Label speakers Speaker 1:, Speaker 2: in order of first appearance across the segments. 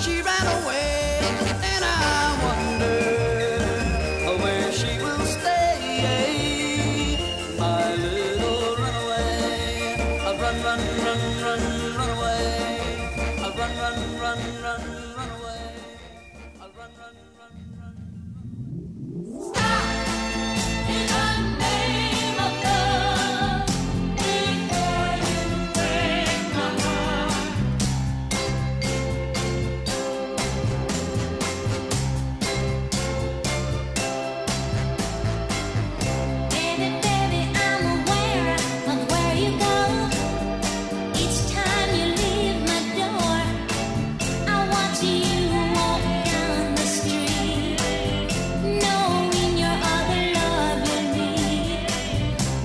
Speaker 1: she ran away, and I wonder where she will stay. My little runaway, I run, run, run, run, run away. I run, run, run, run, run away. I run, run, run, run.
Speaker 2: In the name of love, before you break my heart. And baby, I'm aware of where you go. Each time you leave my door, I watch you walk down the street, knowing you're all the love you need.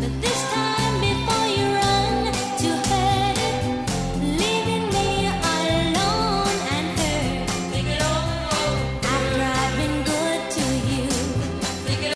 Speaker 2: But this time, before you run to her, leaving me alone and hurt. After I've been good to you.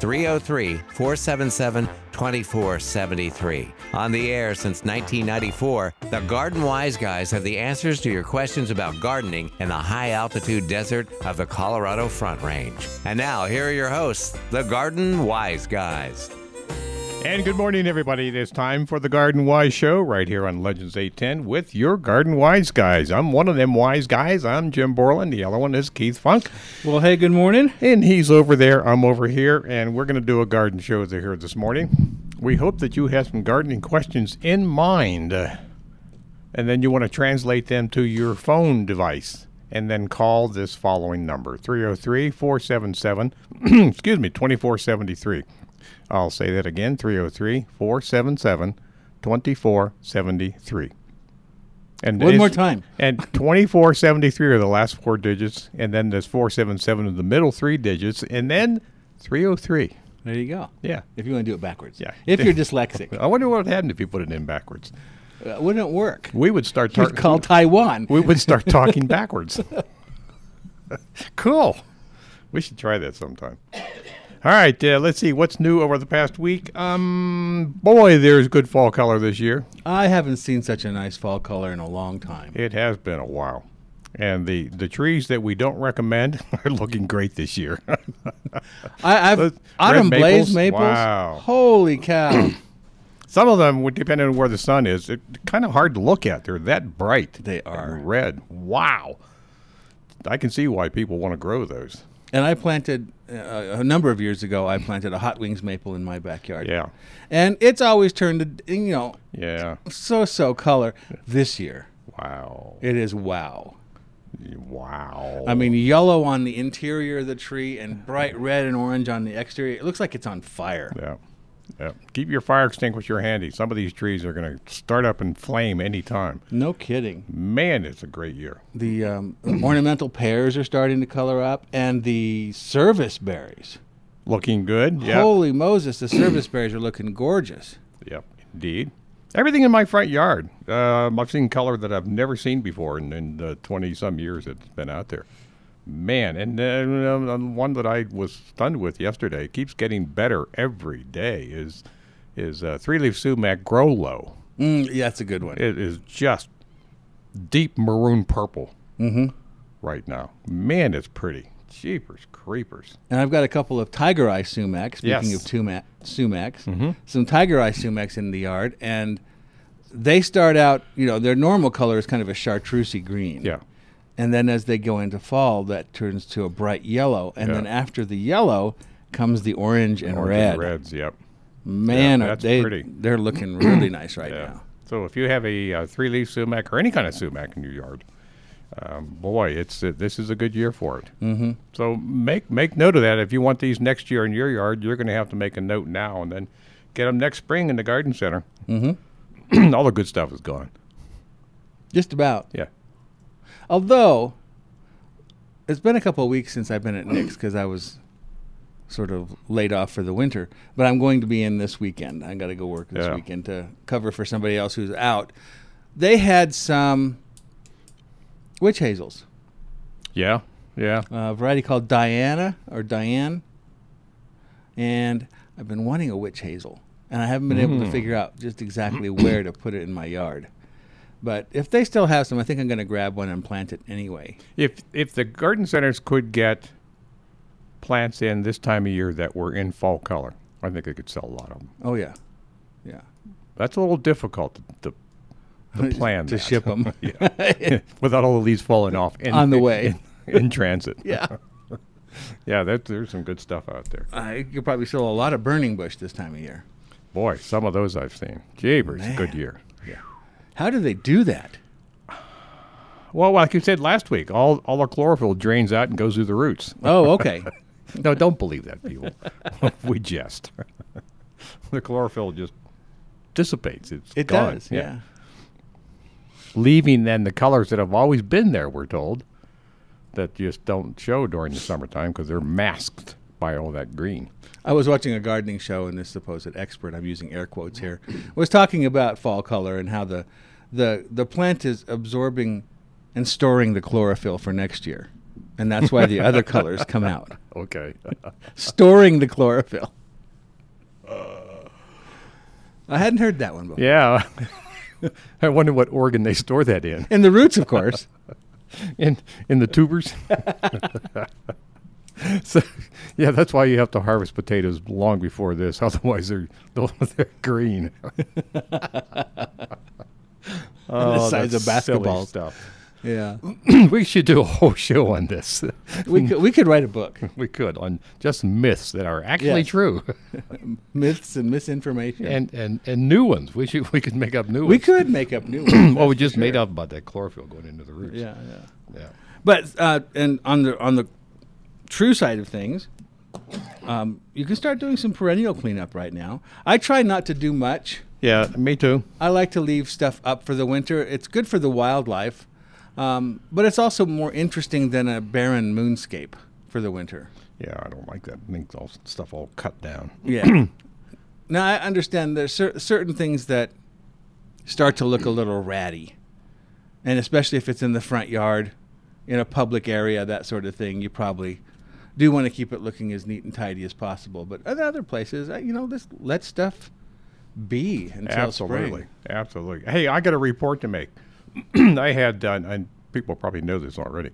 Speaker 3: 303 477 2473. On the air since 1994, the Garden Wise Guys have the answers to your questions about gardening in the high altitude desert of the Colorado Front Range. And now, here are your hosts, the Garden Wise Guys.
Speaker 4: And good morning, everybody. It is time for the Garden Wise Show right here on Legends 810 with your Garden Wise guys. I'm one of them wise guys. I'm Jim Borland. The other one is Keith Funk.
Speaker 5: Well, hey, good morning.
Speaker 4: And he's over there. I'm over here. And we're going to do a garden show over here this morning. We hope that you have some gardening questions in mind. uh, And then you want to translate them to your phone device. And then call this following number 303 477, excuse me, 2473. I'll say that again 303 477 2473. And
Speaker 5: One
Speaker 4: it's-
Speaker 5: more time.
Speaker 4: And 2473 are the last four digits, and then there's 477 in the middle three digits, and then 303.
Speaker 5: There you go.
Speaker 4: Yeah.
Speaker 5: If you want to do it backwards.
Speaker 4: Yeah.
Speaker 5: If you're dyslexic,
Speaker 4: I wonder what would happen if you put it in backwards.
Speaker 5: it wouldn't work.
Speaker 4: We would start
Speaker 5: It's
Speaker 4: talking.
Speaker 5: called Taiwan.
Speaker 4: we would start talking backwards. cool. We should try that sometime. All right, uh, let's see what's new over the past week. Um, boy, there's good fall color this year.
Speaker 5: I haven't seen such a nice fall color in a long time.
Speaker 4: It has been a while. And the, the trees that we don't recommend are looking great this year.
Speaker 5: I,
Speaker 4: Those
Speaker 5: I've autumn
Speaker 4: red
Speaker 5: blaze
Speaker 4: maples?
Speaker 5: maples.
Speaker 4: Wow.
Speaker 5: Holy cow!
Speaker 4: Some of them, would- depending on where the sun is, it kind of hard to look at. They're that bright.
Speaker 5: They are.
Speaker 4: And red. Wow. I can see why people want to grow those.
Speaker 5: and I planted uh, a number of years ago. I planted a hot wings maple in my backyard.
Speaker 4: Yeah.
Speaker 5: And it's always turned to you know
Speaker 4: Yeah.
Speaker 5: so so color. This year
Speaker 4: Wow.
Speaker 5: it is wow.
Speaker 4: Wow.
Speaker 5: I mean, yellow on the interior of the tree and bright red and orange on the exterior. It looks like it's on fire.
Speaker 4: yeah. Yeah. Keep your fire extinguisher handy. Some of these trees are going to start up in flame anytime.
Speaker 5: No kidding.
Speaker 4: Man, it's a great year.
Speaker 5: the um, ornamental pears are starting to color up, and the service berries.
Speaker 4: Looking good. Yeah.
Speaker 5: Holy Moses, the service berries are looking gorgeous.
Speaker 4: Yep, indeed. Everything in my front yard. Um, I've seen color that I've never seen before in, in the 20 some years it's been out there. Man, and then uh, um, one that I was stunned with yesterday it keeps getting better every day is is uh, three leaf sumac grow low.
Speaker 5: Mm, yeah, that's a good one.
Speaker 4: It is just deep maroon purple
Speaker 5: Mm-hmm.
Speaker 4: right now. Man, it's pretty. Jeepers creepers.
Speaker 5: And I've got a couple of tiger eye sumacs. Speaking
Speaker 4: Yes. Mm-hmm.
Speaker 5: of tuma- sumacs, some tiger eye sumacs in the yard, and they start out. You know, their normal color is kind of a chartreusey green.
Speaker 4: Yeah.
Speaker 5: And then as they go into fall, that turns to a bright yellow, and
Speaker 4: Yeah.
Speaker 5: then after the yellow comes the orange and
Speaker 4: Orange
Speaker 5: red.
Speaker 4: and reds, yep.
Speaker 5: Man,
Speaker 4: Yeah,
Speaker 5: are
Speaker 4: that's
Speaker 5: they
Speaker 4: pretty.
Speaker 5: they're looking really nice right
Speaker 4: Yeah.
Speaker 5: now.
Speaker 4: So if you have a uh, three-leaf sumac or any kind of sumac in your yard, um, boy, it's uh, this is a good year for it. Mm-hmm. So make make note of that. If you want these next year in your yard, you're going to have to make a note now and then get them next spring in the garden center. Mm-hmm. All the good stuff is gone.
Speaker 5: Just about.
Speaker 4: Yeah.
Speaker 5: Although it's been a couple of weeks since I've been at Nick's because I was sort of laid off for the winter. But I'm going to be in this weekend. I got to go work this
Speaker 4: Yeah.
Speaker 5: weekend to cover for somebody else who's out. They had some witch hazels,
Speaker 4: Yeah. Yeah.
Speaker 5: a variety called Diana or Diane, and I've been wanting a witch hazel, and I haven't been
Speaker 4: Hmm.
Speaker 5: able to figure out just exactly where to put it in my yard. But if they still have some, I think I'm going to grab one and plant it anyway.
Speaker 4: If if the garden centers could get plants in this time of year that were in fall color, I think they could sell a lot of them.
Speaker 5: Oh yeah, yeah.
Speaker 4: That's a little difficult to, to, to plan
Speaker 5: to
Speaker 4: that.
Speaker 5: ship them.
Speaker 4: without all the leaves falling off in,
Speaker 5: On the way.
Speaker 4: in, in transit.
Speaker 5: yeah.
Speaker 4: yeah. That, there's some good stuff out there.
Speaker 5: Uh, you could probably sell a lot of burning bush this time of year.
Speaker 4: Boy, some of those I've seen. Jeebers, good
Speaker 5: Man.
Speaker 4: year. Yeah.
Speaker 5: How do they do that?
Speaker 4: Well, like you said last week, all all the chlorophyll drains out and goes through the roots.
Speaker 5: Oh, okay.
Speaker 4: No, don't believe that, people. we jest. the chlorophyll just dissipates. It's
Speaker 5: it
Speaker 4: gone.
Speaker 5: does. Yeah.
Speaker 4: leaving then the colors that have always been there. We're told that just don't show during the summertime because they're masked by all that green.
Speaker 5: I was watching a gardening show, and this supposed expert, I'm using air quotes here, was talking about fall color and how the the the plant is absorbing and storing the chlorophyll for next year, and that's why the other colors come out.
Speaker 4: Okay,
Speaker 5: Storing the chlorophyll. I hadn't heard that one before.
Speaker 4: yeah. I wonder what organ they store that in.
Speaker 5: And the roots, of course.
Speaker 4: in in the tubers. so, yeah, that's why you have to harvest potatoes long before this. Otherwise, they're they'll- they're green. oh,
Speaker 5: the size
Speaker 4: that's
Speaker 5: of
Speaker 4: silly
Speaker 5: basketball.
Speaker 4: stuff.
Speaker 5: Yeah,
Speaker 4: we should do a whole show on this.
Speaker 5: we could, we could write a book.
Speaker 4: we could on just myths that are actually
Speaker 5: Yes.
Speaker 4: true
Speaker 5: myths and misinformation.
Speaker 4: and, and and new ones. We should we could make up new
Speaker 5: we
Speaker 4: ones.
Speaker 5: could make up new ones.
Speaker 4: Well, we
Speaker 5: that's
Speaker 4: just
Speaker 5: for
Speaker 4: made
Speaker 5: sure.
Speaker 4: up about that chlorophyll going into the roots.
Speaker 5: Yeah, yeah.
Speaker 4: yeah.
Speaker 5: But uh, and on the on the true side of things, um, you can start doing some perennial cleanup right now. I try not to do much.
Speaker 4: Yeah, me too.
Speaker 5: I like to leave stuff up for the winter. It's good for the wildlife, um, but it's also more interesting than a barren moonscape for the winter.
Speaker 4: Yeah, I don't like that. I think all stuff all cut down.
Speaker 5: Yeah. now I understand there's cer- certain things that start to look a little ratty, and especially if it's in the front yard, in a public area, that sort of thing. You probably do want to keep it looking as neat and tidy as possible. But at other places, uh, you know, just let stuff be until
Speaker 4: Absolutely.
Speaker 5: spring.
Speaker 4: Absolutely. Hey, I got a report to make. I had, uh, and people probably know this already,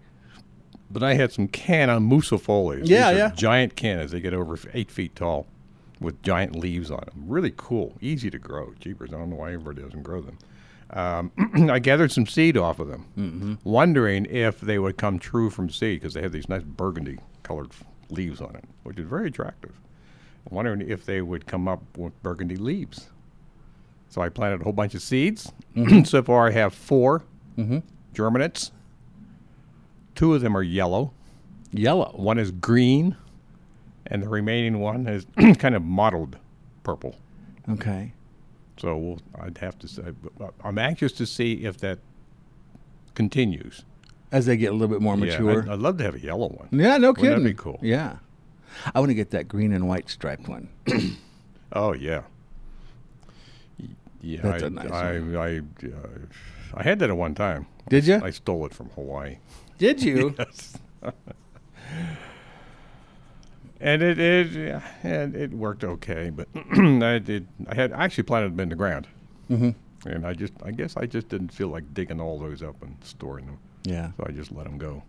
Speaker 4: but I had some canna musifolias. These
Speaker 5: Yeah,
Speaker 4: are
Speaker 5: yeah.
Speaker 4: Giant cannas. They get over f- eight feet tall with giant leaves on them. Really cool. Easy to grow. Jeepers. I don't know why everybody doesn't grow them. Um, I gathered some seed off of them, wondering if they would come true from seed because they have these nice burgundy colored f- leaves on it, which is very attractive. Wondering if they would come up with burgundy leaves. So I planted a whole bunch of seeds. so far, I have 4
Speaker 5: Mm-hmm.
Speaker 4: germinates. Two of them are yellow.
Speaker 5: Yellow.
Speaker 4: One is green, and the remaining one is kind of mottled purple.
Speaker 5: Okay.
Speaker 4: So we'll, I'd have to say I'm anxious to see if that continues. As
Speaker 5: they get a little bit more mature.
Speaker 4: I'd, I'd love to have a yellow one.
Speaker 5: yeah, no
Speaker 4: Wouldn't that
Speaker 5: kidding.
Speaker 4: be cool?
Speaker 5: Yeah. I want to get that green and white striped one.
Speaker 4: Oh yeah. Y- Yeah,
Speaker 5: That's
Speaker 4: I,
Speaker 5: a nice
Speaker 4: I, I, uh, I had that at one time.
Speaker 5: Did ya?
Speaker 4: I stole it from Hawaii.
Speaker 5: Did you?
Speaker 4: and it it and it worked okay, but I did I had I actually planted them in the ground, mm-hmm. and I just I guess I just didn't feel like digging all those up and storing them,
Speaker 5: Yeah.
Speaker 4: so I just let them go.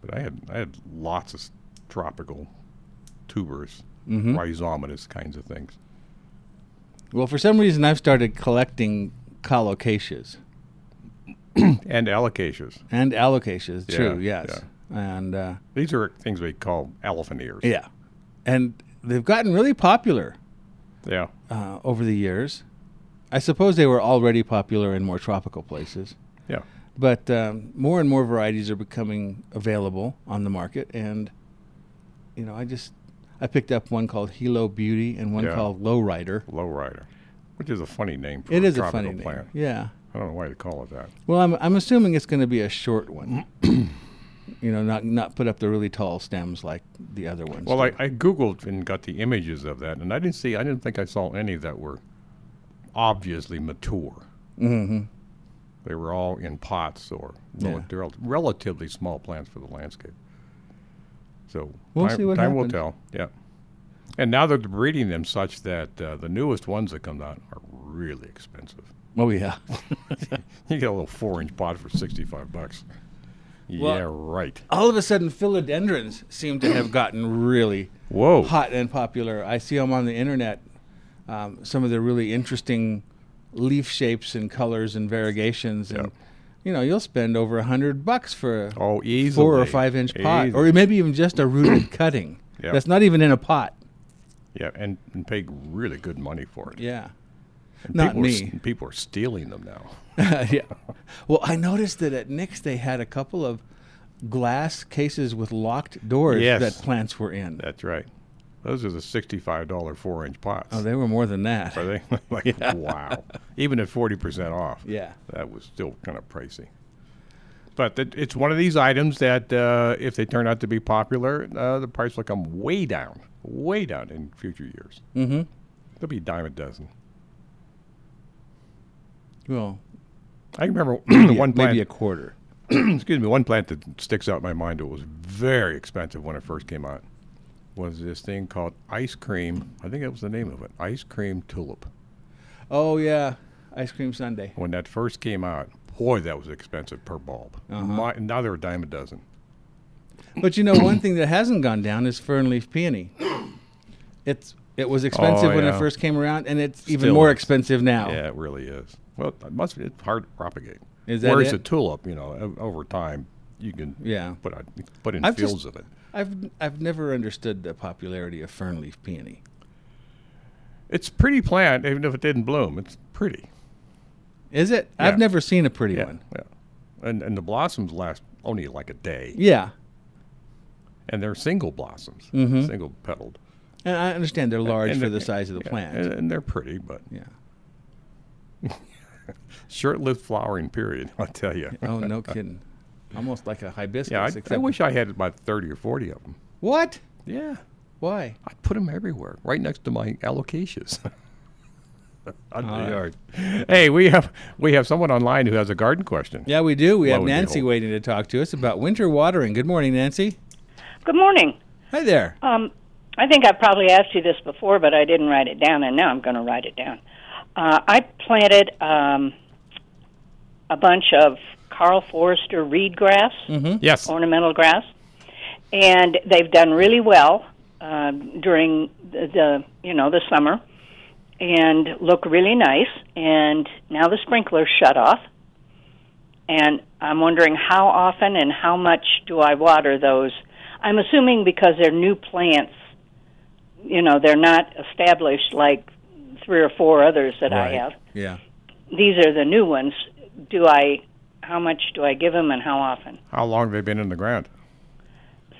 Speaker 4: But I had I had lots of s- tropical tubers,
Speaker 5: Mm-hmm.
Speaker 4: rhizomatous kinds of things.
Speaker 5: Well, for some reason, I've started collecting colocasias.
Speaker 4: and alocasias.
Speaker 5: and alocasias. True,
Speaker 4: Yeah,
Speaker 5: yes, and uh,
Speaker 4: These are things we call elephant ears.
Speaker 5: yeah, and they've gotten really popular
Speaker 4: Yeah.
Speaker 5: uh, over the years. I suppose they were already popular in more tropical places,
Speaker 4: Yeah.
Speaker 5: but um, more and more varieties are becoming available on the market. And you know, I just I picked up one called Hilo Beauty and one
Speaker 4: Yeah.
Speaker 5: called Lowrider.
Speaker 4: Lowrider, which is a funny name for
Speaker 5: It
Speaker 4: a
Speaker 5: is a
Speaker 4: tropical
Speaker 5: funny
Speaker 4: plant.
Speaker 5: name. Yeah.
Speaker 4: I don't know why they call it that.
Speaker 5: Well, I'm I'm assuming it's going to be a short one. You know, not not put up the really tall stems like the other ones.
Speaker 4: Well,
Speaker 5: do.
Speaker 4: I, I Googled and got the images of that, and I didn't see, I didn't think I saw any that were obviously mature. Mm-hmm. They were all in pots or rel-
Speaker 5: Yeah.
Speaker 4: they're rel- relatively small plants for the landscape. So
Speaker 5: We'll
Speaker 4: time,
Speaker 5: see what
Speaker 4: time will
Speaker 5: happens.
Speaker 4: tell. Yeah. And now they're breeding them such that uh, the newest ones that come out are really expensive.
Speaker 5: oh yeah.
Speaker 4: You get a little four-inch pot for sixty-five bucks. yeah,
Speaker 5: Well-
Speaker 4: right.
Speaker 5: All of a sudden, philodendrons seem to have gotten really
Speaker 4: Whoa.
Speaker 5: hot and popular. I see them on the internet. Um, some of the really interesting leaf shapes and colors and variegations, and
Speaker 4: Yep.
Speaker 5: you know, you'll spend over a hundred bucks for a
Speaker 4: Oh, easily
Speaker 5: four or five inch pot,
Speaker 4: Easily.
Speaker 5: or maybe even just a rooted cutting.
Speaker 4: Yep.
Speaker 5: That's not even in a pot.
Speaker 4: Yeah, and, and pay really good money for it.
Speaker 5: Yeah.
Speaker 4: And
Speaker 5: Not
Speaker 4: people Are,
Speaker 5: me.
Speaker 4: s- people are stealing them now.
Speaker 5: yeah. Well, I noticed that at Nick's they had a couple of glass cases with locked doors
Speaker 4: Yes.
Speaker 5: that plants were in.
Speaker 4: That's right. Those are the sixty-five dollar four-inch pots.
Speaker 5: oh, they were more than that.
Speaker 4: are they? like wow. Even at forty percent off.
Speaker 5: Yeah.
Speaker 4: That was still kind of pricey. But that it's one of these items that uh, if they turn out to be popular, uh, the price will come way down, way down in future years. Mm-hmm. It'll be a dime a dozen.
Speaker 5: Well,
Speaker 4: I can remember
Speaker 5: yeah,
Speaker 4: one plant.
Speaker 5: maybe a quarter.
Speaker 4: excuse me, one plant that sticks out in my mind that was very expensive when it first came out was this thing called ice cream. I think that was the name of it, ice cream tulip.
Speaker 5: Oh yeah, ice cream sundae.
Speaker 4: When that first came out, boy, that was expensive per bulb.
Speaker 5: Uh-huh.
Speaker 4: My, now they're a dime a dozen.
Speaker 5: But you know, one thing that hasn't gone down is fern leaf peony. It's it was expensive when
Speaker 4: Oh, yeah.
Speaker 5: it first came around, and it's even
Speaker 4: Still
Speaker 5: more
Speaker 4: is.
Speaker 5: expensive now.
Speaker 4: Yeah, it really is. Well, it must be, it's hard to propagate.
Speaker 5: Is that
Speaker 4: Whereas
Speaker 5: it?
Speaker 4: a tulip, you know, o- over time you can
Speaker 5: Yeah.
Speaker 4: put out, put in
Speaker 5: I've just-
Speaker 4: fields of it.
Speaker 5: I've I've never understood the popularity of fern leaf peony.
Speaker 4: It's pretty plant, even if it didn't bloom. It's pretty.
Speaker 5: Is it?
Speaker 4: Yeah.
Speaker 5: I've never seen a pretty
Speaker 4: Yeah,
Speaker 5: one.
Speaker 4: yeah. And and the blossoms last only like a day.
Speaker 5: Yeah,
Speaker 4: and they're single blossoms, single petaled.
Speaker 5: Mm-hmm. and I understand they're large
Speaker 4: And
Speaker 5: for
Speaker 4: they're-
Speaker 5: the size of the
Speaker 4: yeah,
Speaker 5: plant.
Speaker 4: and, and they're pretty, but
Speaker 5: yeah.
Speaker 4: short-lived flowering period. I'll tell you.
Speaker 5: Oh no, kidding. Almost like a hibiscus.
Speaker 4: yeah, I, I
Speaker 5: except-
Speaker 4: wish I had about thirty or forty of them.
Speaker 5: What?
Speaker 4: Yeah,
Speaker 5: Why?
Speaker 4: I put them everywhere, right next to my alocasias. Under the yard. Hey, we have we have someone online who has a garden question.
Speaker 5: Yeah, we do. We
Speaker 4: Lo
Speaker 5: have
Speaker 4: and behold.
Speaker 5: Nancy waiting to talk to us about winter watering. Good morning, Nancy.
Speaker 6: Good morning.
Speaker 5: Hi there.
Speaker 6: Um, I think I probably asked you this before, but I didn't write it down, and now I'm going to write it down. Uh, I planted um, a bunch of Carl Forrester reed grass,
Speaker 4: Yes.
Speaker 6: ornamental grass, and they've done really well uh, during the, the you know the summer, and look really nice. And now the sprinklers shut off, and I'm wondering how often and how much do I water those? I'm assuming because they're new plants, you know, they're not established like three or four others that I have.
Speaker 5: Yeah.
Speaker 6: These are the new ones. Do I? How much do I give them, and how often?
Speaker 4: How long have they been in the ground?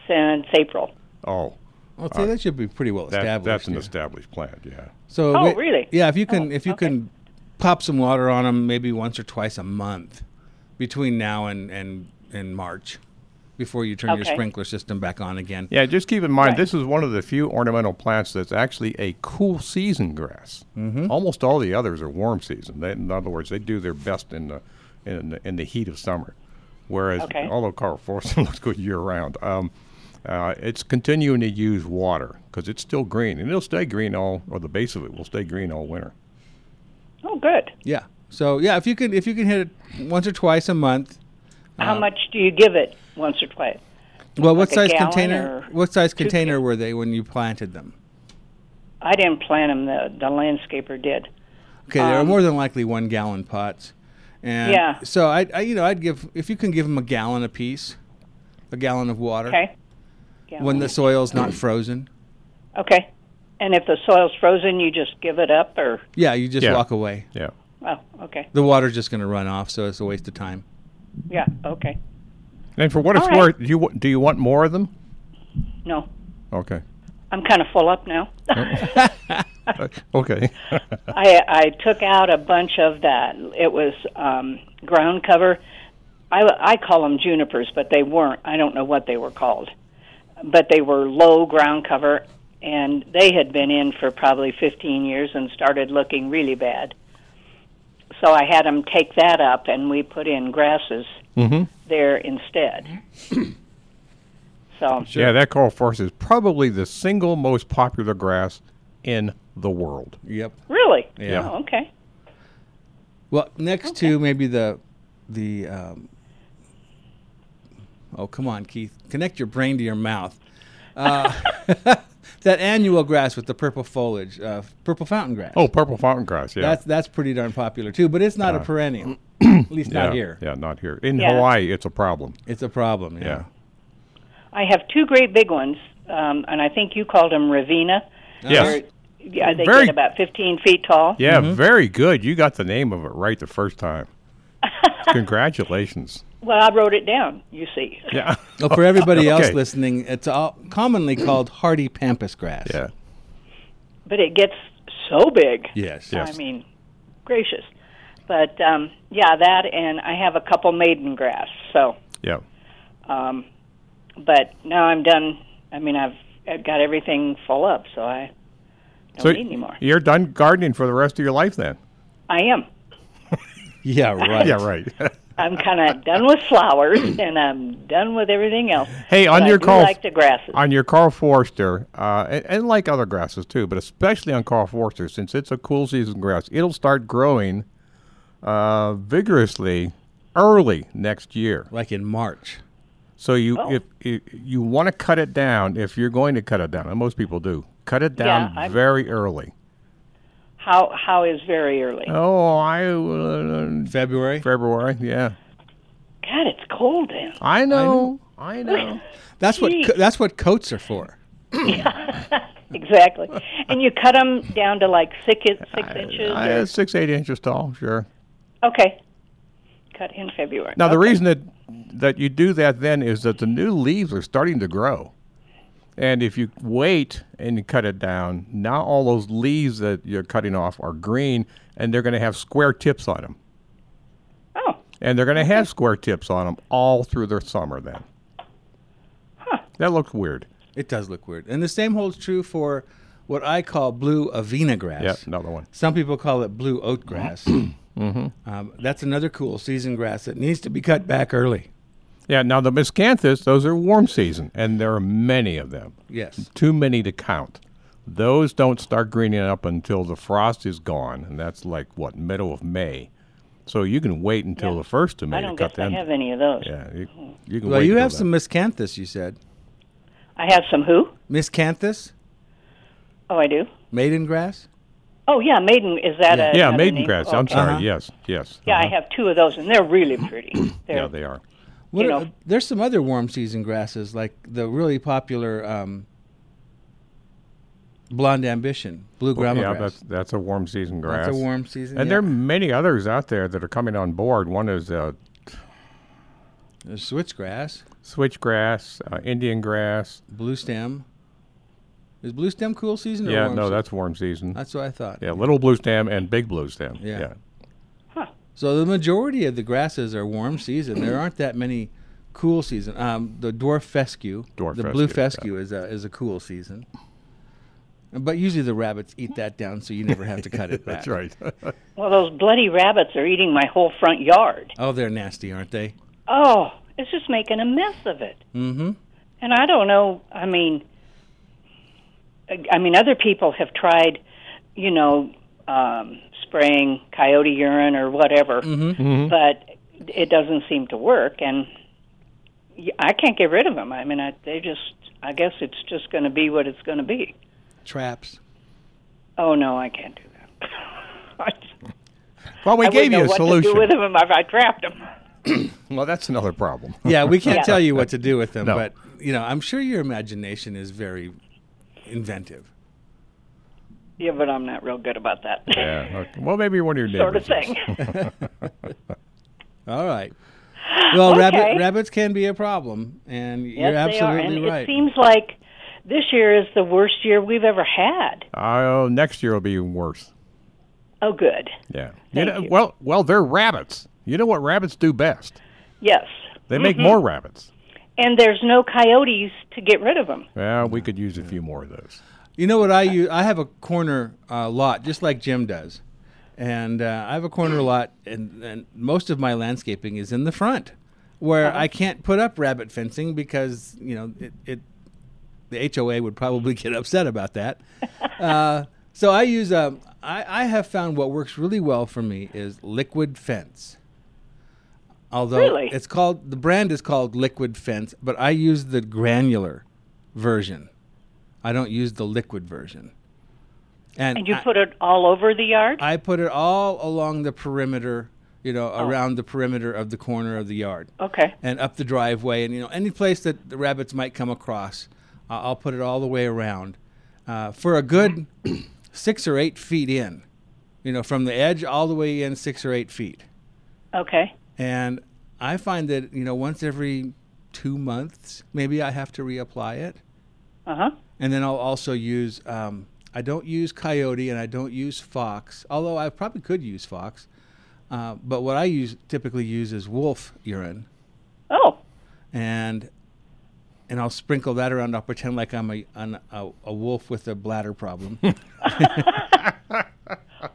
Speaker 6: Since April.
Speaker 4: Oh,
Speaker 5: Well, see, that should be pretty well
Speaker 4: that,
Speaker 5: established.
Speaker 4: that's an
Speaker 5: yeah.
Speaker 4: established plant. Yeah.
Speaker 5: So
Speaker 6: Oh,
Speaker 5: wait-
Speaker 6: really?
Speaker 5: Yeah, if you can,
Speaker 6: Oh,
Speaker 5: if you
Speaker 6: okay.
Speaker 5: can, pop some water on them maybe once or twice a month, between now and and and March, before you turn your
Speaker 6: Okay.
Speaker 5: sprinkler system back on again.
Speaker 4: Yeah, just keep in mind
Speaker 6: Right.
Speaker 4: this is one of the few ornamental plants that's actually a cool season grass. Mm-hmm. Almost all the others are warm season. They, in other words, they do their best in the in the, in the heat of summer. Whereas,
Speaker 6: Okay.
Speaker 4: although Carl Forster looks good year round, um, uh, it's continuing to use water because it's still green and it'll stay green all, or the base of it will stay green all winter.
Speaker 6: Oh, good.
Speaker 5: Yeah. So yeah, if you can, if you can hit it once or twice a month.
Speaker 6: How much do you give it once or twice?
Speaker 5: Uh-huh. Well, what
Speaker 6: Like a
Speaker 5: size
Speaker 6: gallon
Speaker 5: container?
Speaker 6: or
Speaker 5: What size
Speaker 6: two
Speaker 5: container were they when you planted them?
Speaker 6: I didn't plant them. The, the landscaper did.
Speaker 5: Okay, they were more than likely one gallon pots. And
Speaker 6: Um, Yeah.
Speaker 5: So I, I, you know, I'd give if you can give them a gallon apiece, a gallon of water
Speaker 6: Okay. Yeah.
Speaker 5: when the soil's not frozen.
Speaker 6: okay. And if the soil's frozen, you just give it up, or
Speaker 5: Yeah, you just
Speaker 4: Yeah.
Speaker 5: walk away.
Speaker 4: Yeah.
Speaker 6: oh, okay,
Speaker 5: The water's just going to run off, so it's a waste of time.
Speaker 6: yeah, okay.
Speaker 4: And for what it's
Speaker 6: All right.
Speaker 4: worth, do you wa- do you want more of them?
Speaker 6: No,
Speaker 4: Okay.
Speaker 6: I'm kind of full up now.
Speaker 4: Uh, Okay.
Speaker 6: I I took out a bunch of that. It was um, ground cover. I, I call them junipers, but they weren't. I don't know what they were called, but they were low ground cover, and they had been in for probably 15 years and started looking really bad. So I had them take that up, and we put in grasses
Speaker 4: Hmm.
Speaker 6: there instead. so
Speaker 4: Yeah, that coral forest is probably the single most popular grass in the world.
Speaker 5: Yep.
Speaker 6: really,
Speaker 5: Yeah.
Speaker 6: oh, okay,
Speaker 5: Well, next to maybe the the um, oh come on, Keith, connect your brain to your mouth. Uh, that annual grass with the purple foliage, uh, purple fountain grass.
Speaker 4: Oh, purple fountain grass. Yeah, Uh,
Speaker 5: that's that's pretty darn popular too, but it's not a perennial. At least
Speaker 4: yeah,
Speaker 5: not here.
Speaker 4: Yeah, not here. In
Speaker 6: Yeah.
Speaker 4: Hawaii, it's a problem.
Speaker 5: It's a problem. Yeah.
Speaker 4: Yeah.
Speaker 6: I have two great big ones, um, and I think you called them Ravina.
Speaker 4: Yes.
Speaker 6: Yeah, they
Speaker 4: Very-
Speaker 6: get about 15 feet tall.
Speaker 4: Yeah, very good. You got the name of it right the first time. Congratulations.
Speaker 6: Well, I wrote it down. You see.
Speaker 4: Yeah.
Speaker 5: Well, for everybody else
Speaker 4: Okay.
Speaker 5: listening, it's all commonly called hardy pampas grass.
Speaker 4: Yeah.
Speaker 6: but it gets so big.
Speaker 5: Yes.
Speaker 4: Yeah.
Speaker 6: I mean, gracious. But um, yeah, that and I have a couple maiden grass. So,
Speaker 4: Yeah.
Speaker 6: um, but now I'm done. I mean, I've, I've got everything full up, so I don't
Speaker 4: So
Speaker 6: need any more.
Speaker 4: you're done gardening for the rest of your life then.
Speaker 6: I am.
Speaker 5: Yeah. Right.
Speaker 4: Yeah, right.
Speaker 6: I'm kind of done with flowers, and I'm done with everything else.
Speaker 4: Hey, on
Speaker 6: But I
Speaker 4: your
Speaker 6: do
Speaker 4: call-
Speaker 6: like the grasses.
Speaker 4: on your Carl Forster, uh, and, and like other grasses too, but especially on Carl Forster, since it's a cool season grass, it'll start growing uh, vigorously early next year.
Speaker 5: Like in March.
Speaker 4: So you
Speaker 6: Oh.
Speaker 4: if, if you want to cut it down, if you're going to cut it down, and most people do, cut it down
Speaker 6: I'm-
Speaker 4: very early.
Speaker 6: how how is very early?
Speaker 4: Oh, I uh,
Speaker 5: February.
Speaker 4: February, yeah.
Speaker 6: God, it's cold in.
Speaker 4: I know, I know.
Speaker 5: That's what
Speaker 6: Gee.
Speaker 5: co- that's what coats are for.
Speaker 6: Exactly. and you cut them down to like six in- six inches.
Speaker 4: I,
Speaker 6: or-
Speaker 4: Uh, six, eight inches tall, sure.
Speaker 6: Okay. Cut in February.
Speaker 4: Now the
Speaker 6: Okay.
Speaker 4: reason that that you do that then is that the new leaves are starting to grow, and if you wait and you cut it down, now all those leaves that you're cutting off are green, and they're going to have square tips on them,
Speaker 6: Oh,
Speaker 4: and they're going to have square tips on them all through the summer. Then that looks weird.
Speaker 5: It does look weird. And the same holds true for what I call blue avena grass.
Speaker 4: Yeah, another one. Mm-hmm.
Speaker 5: Some people call it blue oat grass. um, that's another cool season grass that needs to be cut back early.
Speaker 4: Yeah. Now the miscanthus, those are warm season, and there are many of them.
Speaker 5: Yes.
Speaker 4: too many to count. Those don't start greening up until the frost is gone, and that's like what middle of May. So you can wait until the first of May
Speaker 6: I
Speaker 4: to
Speaker 6: don't
Speaker 4: cut
Speaker 6: guess I
Speaker 4: them.
Speaker 6: have any of those. Oh.
Speaker 4: Yeah, you, you can
Speaker 5: Well,
Speaker 4: wait
Speaker 5: you
Speaker 4: till
Speaker 5: have
Speaker 4: then.
Speaker 5: some miscanthus, you said.
Speaker 6: I have some who?
Speaker 5: Miscanthus?
Speaker 6: Oh, I do.
Speaker 5: Maiden grass?
Speaker 6: Oh, yeah, maiden is that a
Speaker 4: Yeah,
Speaker 6: another
Speaker 4: maiden
Speaker 6: name?
Speaker 4: grass.
Speaker 6: Oh,
Speaker 4: I'm
Speaker 6: okay.
Speaker 4: sorry.
Speaker 5: Uh-huh.
Speaker 4: Yes, yes.
Speaker 6: Yeah, I
Speaker 4: uh-huh.
Speaker 6: have two of those, and they're really pretty. They're,
Speaker 4: Yeah, they are.
Speaker 5: What are-
Speaker 6: You
Speaker 5: uh,
Speaker 6: know.
Speaker 5: there's some other warm season grasses like the really popular um, blonde ambition, blue grama
Speaker 4: Oh, yeah,
Speaker 5: grass.
Speaker 4: that's that's a warm season grass.
Speaker 5: That's a warm season.
Speaker 4: And
Speaker 5: yeah.
Speaker 4: there are many others out there that are coming on board. One is uh,
Speaker 5: There's switchgrass,
Speaker 4: switchgrass, uh, Indian grass.
Speaker 5: blue stem. Is blue stem cool season or
Speaker 4: yeah,
Speaker 5: warm
Speaker 4: no,
Speaker 5: season?
Speaker 4: that's warm season.
Speaker 5: That's what I thought.
Speaker 4: yeah, little blue stem and big blue stem.
Speaker 5: Yeah. So the majority of the grasses are warm season. There aren't that many cool season. Um, the dwarf fescue,
Speaker 4: Dwarf
Speaker 5: the blue
Speaker 4: fescue,
Speaker 5: fescue is a is a cool season. But usually the rabbits eat that down, so you never have to cut it back.
Speaker 4: That's right.
Speaker 6: well, those bloody rabbits are eating my whole front yard.
Speaker 5: Oh, they're nasty, aren't they?
Speaker 6: Oh, it's just making a mess of it. Mm-hmm. And I don't know. I mean, I I mean, other people have tried, you know, um, spraying coyote urine or whatever,
Speaker 4: Mm-hmm.
Speaker 6: but it doesn't seem to work. And y- I can't get rid of them. I mean, I, they just. I guess it's just going to be what it's going to be.
Speaker 5: Traps.
Speaker 6: Oh no, I can't do that. I,
Speaker 4: well, Oh, we
Speaker 6: I
Speaker 4: gave
Speaker 6: wouldn't know
Speaker 4: you a
Speaker 6: what
Speaker 4: solution.
Speaker 6: to do with them if I trapped them.
Speaker 4: Well, that's another problem.
Speaker 5: Yeah, we can't
Speaker 6: Yeah.
Speaker 5: tell you what to do with them,
Speaker 4: No.
Speaker 5: but you know, I'm sure your imagination is very inventive.
Speaker 6: Yeah, but I'm not real good about that
Speaker 4: Yeah. Okay. Well, maybe one of your neighbors.
Speaker 6: sort of thing.
Speaker 5: All right. Well, rabbit,
Speaker 6: Okay.
Speaker 5: rabbits can be a problem, and you're
Speaker 6: Yes, they are.
Speaker 5: absolutely
Speaker 6: And
Speaker 5: right.
Speaker 6: it seems like this year is the worst year we've ever had.
Speaker 4: Oh, next year will be even worse.
Speaker 6: Oh, good.
Speaker 4: Yeah. you
Speaker 6: Thank
Speaker 4: know,
Speaker 6: you.
Speaker 4: well, well, they're rabbits. You know what rabbits do best?
Speaker 6: Yes.
Speaker 4: They
Speaker 6: Mm-hmm.
Speaker 4: make more rabbits.
Speaker 6: And there's no coyotes to get rid of them.
Speaker 4: Well, we could use a few more of those.
Speaker 5: You know what I use? I have a corner uh, lot, just like Jim does, and uh, I have a corner lot, and, and most of my landscaping is in the front, where
Speaker 6: Uh-huh.
Speaker 5: I can't put up rabbit fencing because you know it, it the HOA would probably get upset about that. uh, so I use um, I, I have found what works really well for me is liquid fence. Although
Speaker 6: Really?
Speaker 5: it's called the brand is called Liquid Fence, but I use the granular version. I don't use the liquid version.
Speaker 6: And you
Speaker 5: I-
Speaker 6: put it all over the yard?
Speaker 5: I put it all along the perimeter, you know, around the perimeter of the corner of the yard
Speaker 6: Oh. okay.
Speaker 5: and up the driveway and, you know, any place that the rabbits might come across. I I'll put it all the way around uh, for a good six or eight feet in, you know, from the edge all the way in six or eight feet.
Speaker 6: Okay.
Speaker 5: And I find that, you know, once every two months, maybe I have to reapply it.
Speaker 6: Uh huh.
Speaker 5: And then I'll also use, um, I don't use coyote and I don't use fox, although I probably could use fox. Uh, but what I use typically use is wolf urine,
Speaker 6: Oh,
Speaker 5: and and I'll sprinkle that around. I'll pretend like I'm a an, a, a wolf with a bladder problem,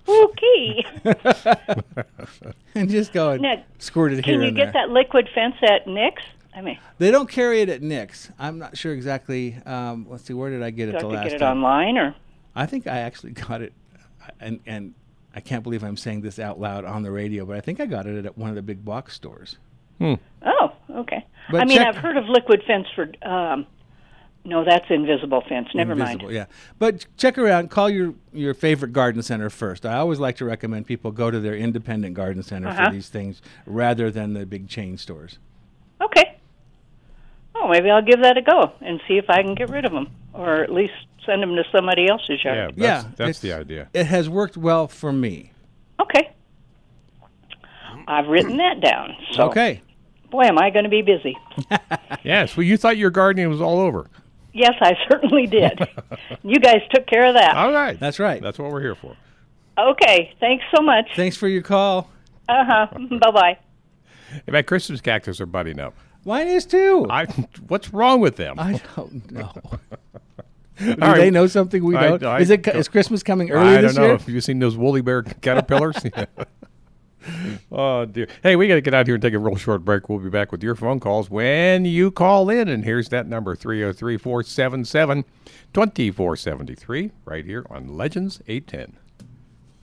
Speaker 6: okay.
Speaker 5: and just go and
Speaker 6: Now,
Speaker 5: squirt it here
Speaker 6: Can you
Speaker 5: and
Speaker 6: get
Speaker 5: there.
Speaker 6: that liquid fence at Nick's? I mean,
Speaker 5: They don't carry it at Nick's. I'm not sure exactly. Um, let's see, where did I get
Speaker 6: do
Speaker 5: it
Speaker 6: I
Speaker 5: the
Speaker 6: have
Speaker 5: last
Speaker 6: to get it
Speaker 5: time?
Speaker 6: online or?
Speaker 5: I think I actually got it, and and I can't believe I'm saying this out loud on the radio, but I think I got it at one of the big box stores.
Speaker 6: Oh, okay.
Speaker 5: But
Speaker 6: I mean,
Speaker 5: check-
Speaker 6: I've heard of liquid fence for. Um, no, that's invisible fence. Never
Speaker 5: Invisible,
Speaker 6: mind.
Speaker 5: yeah. But check around. Call your your favorite garden center first. I always like to recommend people go to their independent garden center
Speaker 6: Uh-huh.
Speaker 5: for these things rather than the big chain stores.
Speaker 6: Okay. Oh, maybe I'll give that a go and see if I can get rid of them, or at least send them to somebody else's
Speaker 4: Yeah,
Speaker 6: yard.
Speaker 4: that's,
Speaker 5: yeah,
Speaker 4: that's the
Speaker 5: it's-
Speaker 4: idea.
Speaker 5: It has worked well for me.
Speaker 6: Okay. I've written that down. So,
Speaker 5: Okay.
Speaker 6: boy, am I going to be busy.
Speaker 4: Yes. Well, you thought your gardening was all over.
Speaker 6: Yes, I certainly did. you guys took care of that.
Speaker 4: All right.
Speaker 5: That's right.
Speaker 4: That's what we're here for.
Speaker 6: Okay. Thanks so much.
Speaker 5: Thanks for your call.
Speaker 6: Uh huh. bye bye.
Speaker 4: Hey, my Christmas cactus are budding up.
Speaker 5: Mine is too.
Speaker 4: I, what's wrong with them?
Speaker 5: I don't know. Do
Speaker 4: All right.
Speaker 5: they know something we
Speaker 4: I-
Speaker 5: don't?
Speaker 4: I
Speaker 5: is it
Speaker 4: don't-
Speaker 5: is Christmas coming early
Speaker 4: I
Speaker 5: this
Speaker 4: don't know.
Speaker 5: year?
Speaker 4: Have you seen those woolly bear caterpillars? oh dear. Hey, we got to get out here and take a real short break. We'll be back with your phone calls when you call in. And here's that number 303 477 2473 right here on Legends 810.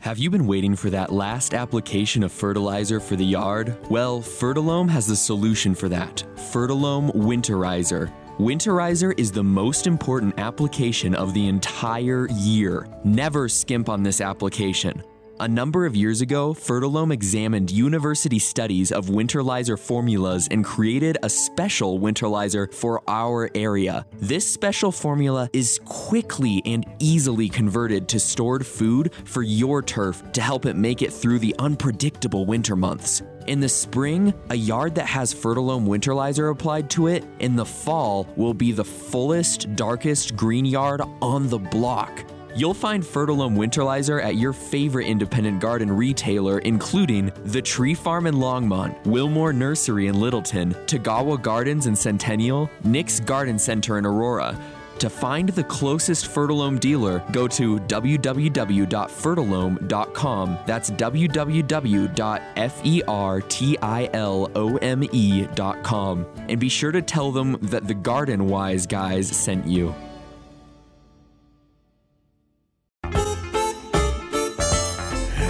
Speaker 7: Have you been waiting for that last application of fertilizer for the yard? Well, Fertilome has the solution for that Fertilome Winterizer. Winterizer is the most important application of the entire year. Never skimp on this application. A number of years ago, Fertilome examined university studies of winterlizer formulas and created a special winterlizer for our area. This special formula is quickly and easily converted to stored food for your turf to help it make it through the unpredictable winter months. In the spring, a yard that has Fertilome winterlizer applied to it in the fall will be the fullest, darkest green yard on the block. You'll find Fertilome Winterlizer at your favorite independent garden retailer, including The Tree Farm in Longmont, Wilmore Nursery in Littleton, Tagawa Gardens in Centennial, Nick's Garden Center in Aurora. To find the closest Fertilome dealer, go to www.fertilome.com. That's E www.fertilome.com. E And be sure to tell them that the Garden Wise guys sent you.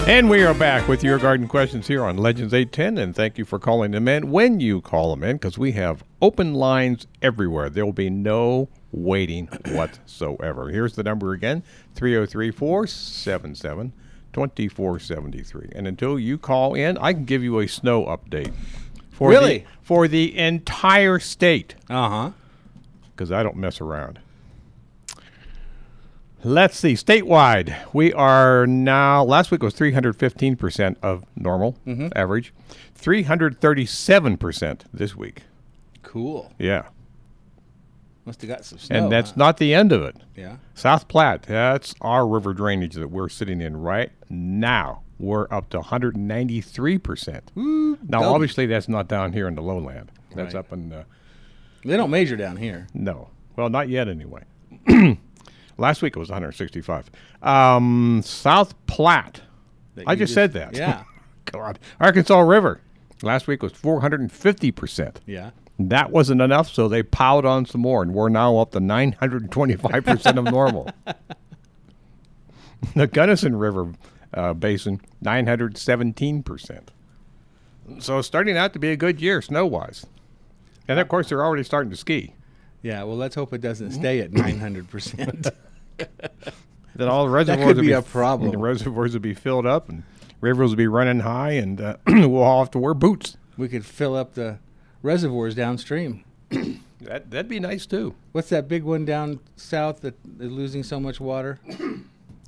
Speaker 4: And we are back with your garden questions here on Legends 810. And thank you for calling them in when you call them in because we have open lines everywhere. There will be no waiting whatsoever. Here's the number again 303 477 2473. And until you call in, I can give you a snow update. For The,
Speaker 5: Really?
Speaker 4: for the entire state
Speaker 5: Uh huh.
Speaker 4: because I don't mess around. Let's see. Statewide, we are now, last week was 315% of normal
Speaker 5: Mm-hmm.
Speaker 4: average, 337% this week.
Speaker 5: Cool.
Speaker 4: Yeah.
Speaker 5: Must have got some snow.
Speaker 4: And that's
Speaker 5: huh?
Speaker 4: not the end of it.
Speaker 5: yeah.
Speaker 4: South Platte, that's our river drainage that we're sitting in right now. were up to 193%. now, obviously, that's not down here in the lowland. That's
Speaker 5: Right.
Speaker 4: up in the,
Speaker 5: They don't major down here.
Speaker 4: no. Well, not yet, anyway. Last week it was 165. Um, South Platte.
Speaker 5: that
Speaker 4: I
Speaker 5: you
Speaker 4: just said that.
Speaker 5: Yeah.
Speaker 4: God. Arkansas River. Last week was 450%.
Speaker 5: Yeah.
Speaker 4: That wasn't enough, so they piled on some more, and we're now up to 925% of normal. the Gunnison River uh, Basin, 917%. So it's starting out to be a good year snow wise. And of course, they're already starting to ski.
Speaker 5: Yeah. Well, let's hope it
Speaker 4: Mm-hmm.
Speaker 5: doesn't stay at 900%.
Speaker 4: Then all the reservoirs
Speaker 5: could
Speaker 4: will
Speaker 5: be a
Speaker 4: f-
Speaker 5: problem.
Speaker 4: The reservoirs will be filled up, and rivers will be running high, and uh, we'll all have to wear boots.
Speaker 5: we could fill up the reservoirs downstream.
Speaker 4: That, that'd be nice too.
Speaker 5: What's that big one down south that is losing so much water?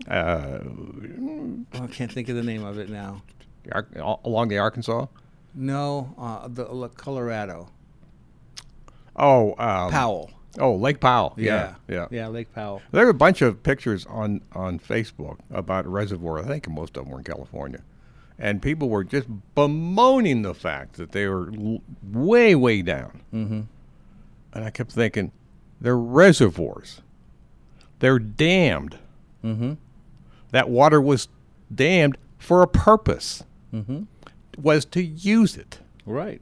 Speaker 4: Uh,
Speaker 5: Oh, I can't think of the name of it now.
Speaker 4: Ar- al- along the Arkansas.
Speaker 5: No, uh, the La- Colorado.
Speaker 4: Oh, um,
Speaker 5: Powell.
Speaker 4: Oh, Lake Powell.
Speaker 5: Yeah.
Speaker 4: Yeah, yeah.
Speaker 5: Yeah, Lake Powell.
Speaker 4: There are a bunch of pictures on on Facebook about reservoir. I think most of them were in California, and people were just bemoaning the fact that they were l- way way down. Mm-hmm. And I kept thinking, they're reservoirs. They're dammed. Mm-hmm. That water was dammed for a purpose. Mm-hmm. Was to use it.
Speaker 5: Right.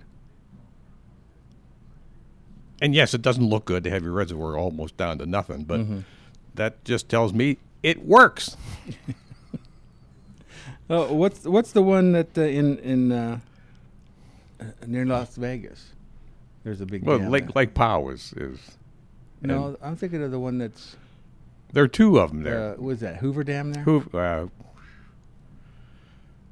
Speaker 4: and yes, it doesn't look good to have your reservoir almost down to nothing, but
Speaker 5: Mm-hmm.
Speaker 4: that just tells me it works.
Speaker 5: Oh, what's what's the one that uh, in in uh, uh, near Las Vegas? There's a big
Speaker 4: Well,
Speaker 5: dam
Speaker 4: Lake
Speaker 5: there.
Speaker 4: Lake Powell is, is
Speaker 5: No, I'm thinking of the one that's
Speaker 4: there are two of them
Speaker 5: uh,
Speaker 4: there.
Speaker 5: what is that Hoover Dam there?
Speaker 4: Who uh,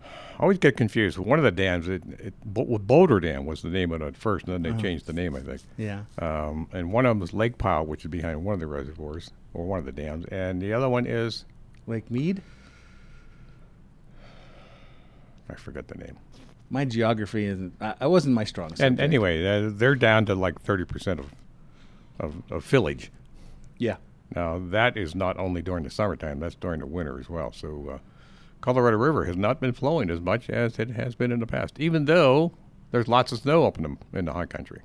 Speaker 4: I always get confused. One of the dams, it, it Bo- Boulder Dam was the name of it at first, and then they changed the name, I think.
Speaker 5: Oh. Yeah.
Speaker 4: Um, and one of them is Lake Powell, which is behind one of the reservoirs or one of the dams, and the other one is
Speaker 5: Lake Mead.
Speaker 4: I forget the name.
Speaker 5: My geography isn't. I, I wasn't my strong.
Speaker 4: And
Speaker 5: subject.
Speaker 4: anyway, uh, they're down to like thirty percent of, of of fillage.
Speaker 5: yeah.
Speaker 4: Now, that is not only during the summertime, that's during the winter as well. So, uh, Colorado River has not been flowing as much as it has been in the past, even though there's lots of snow up in the, in the high country.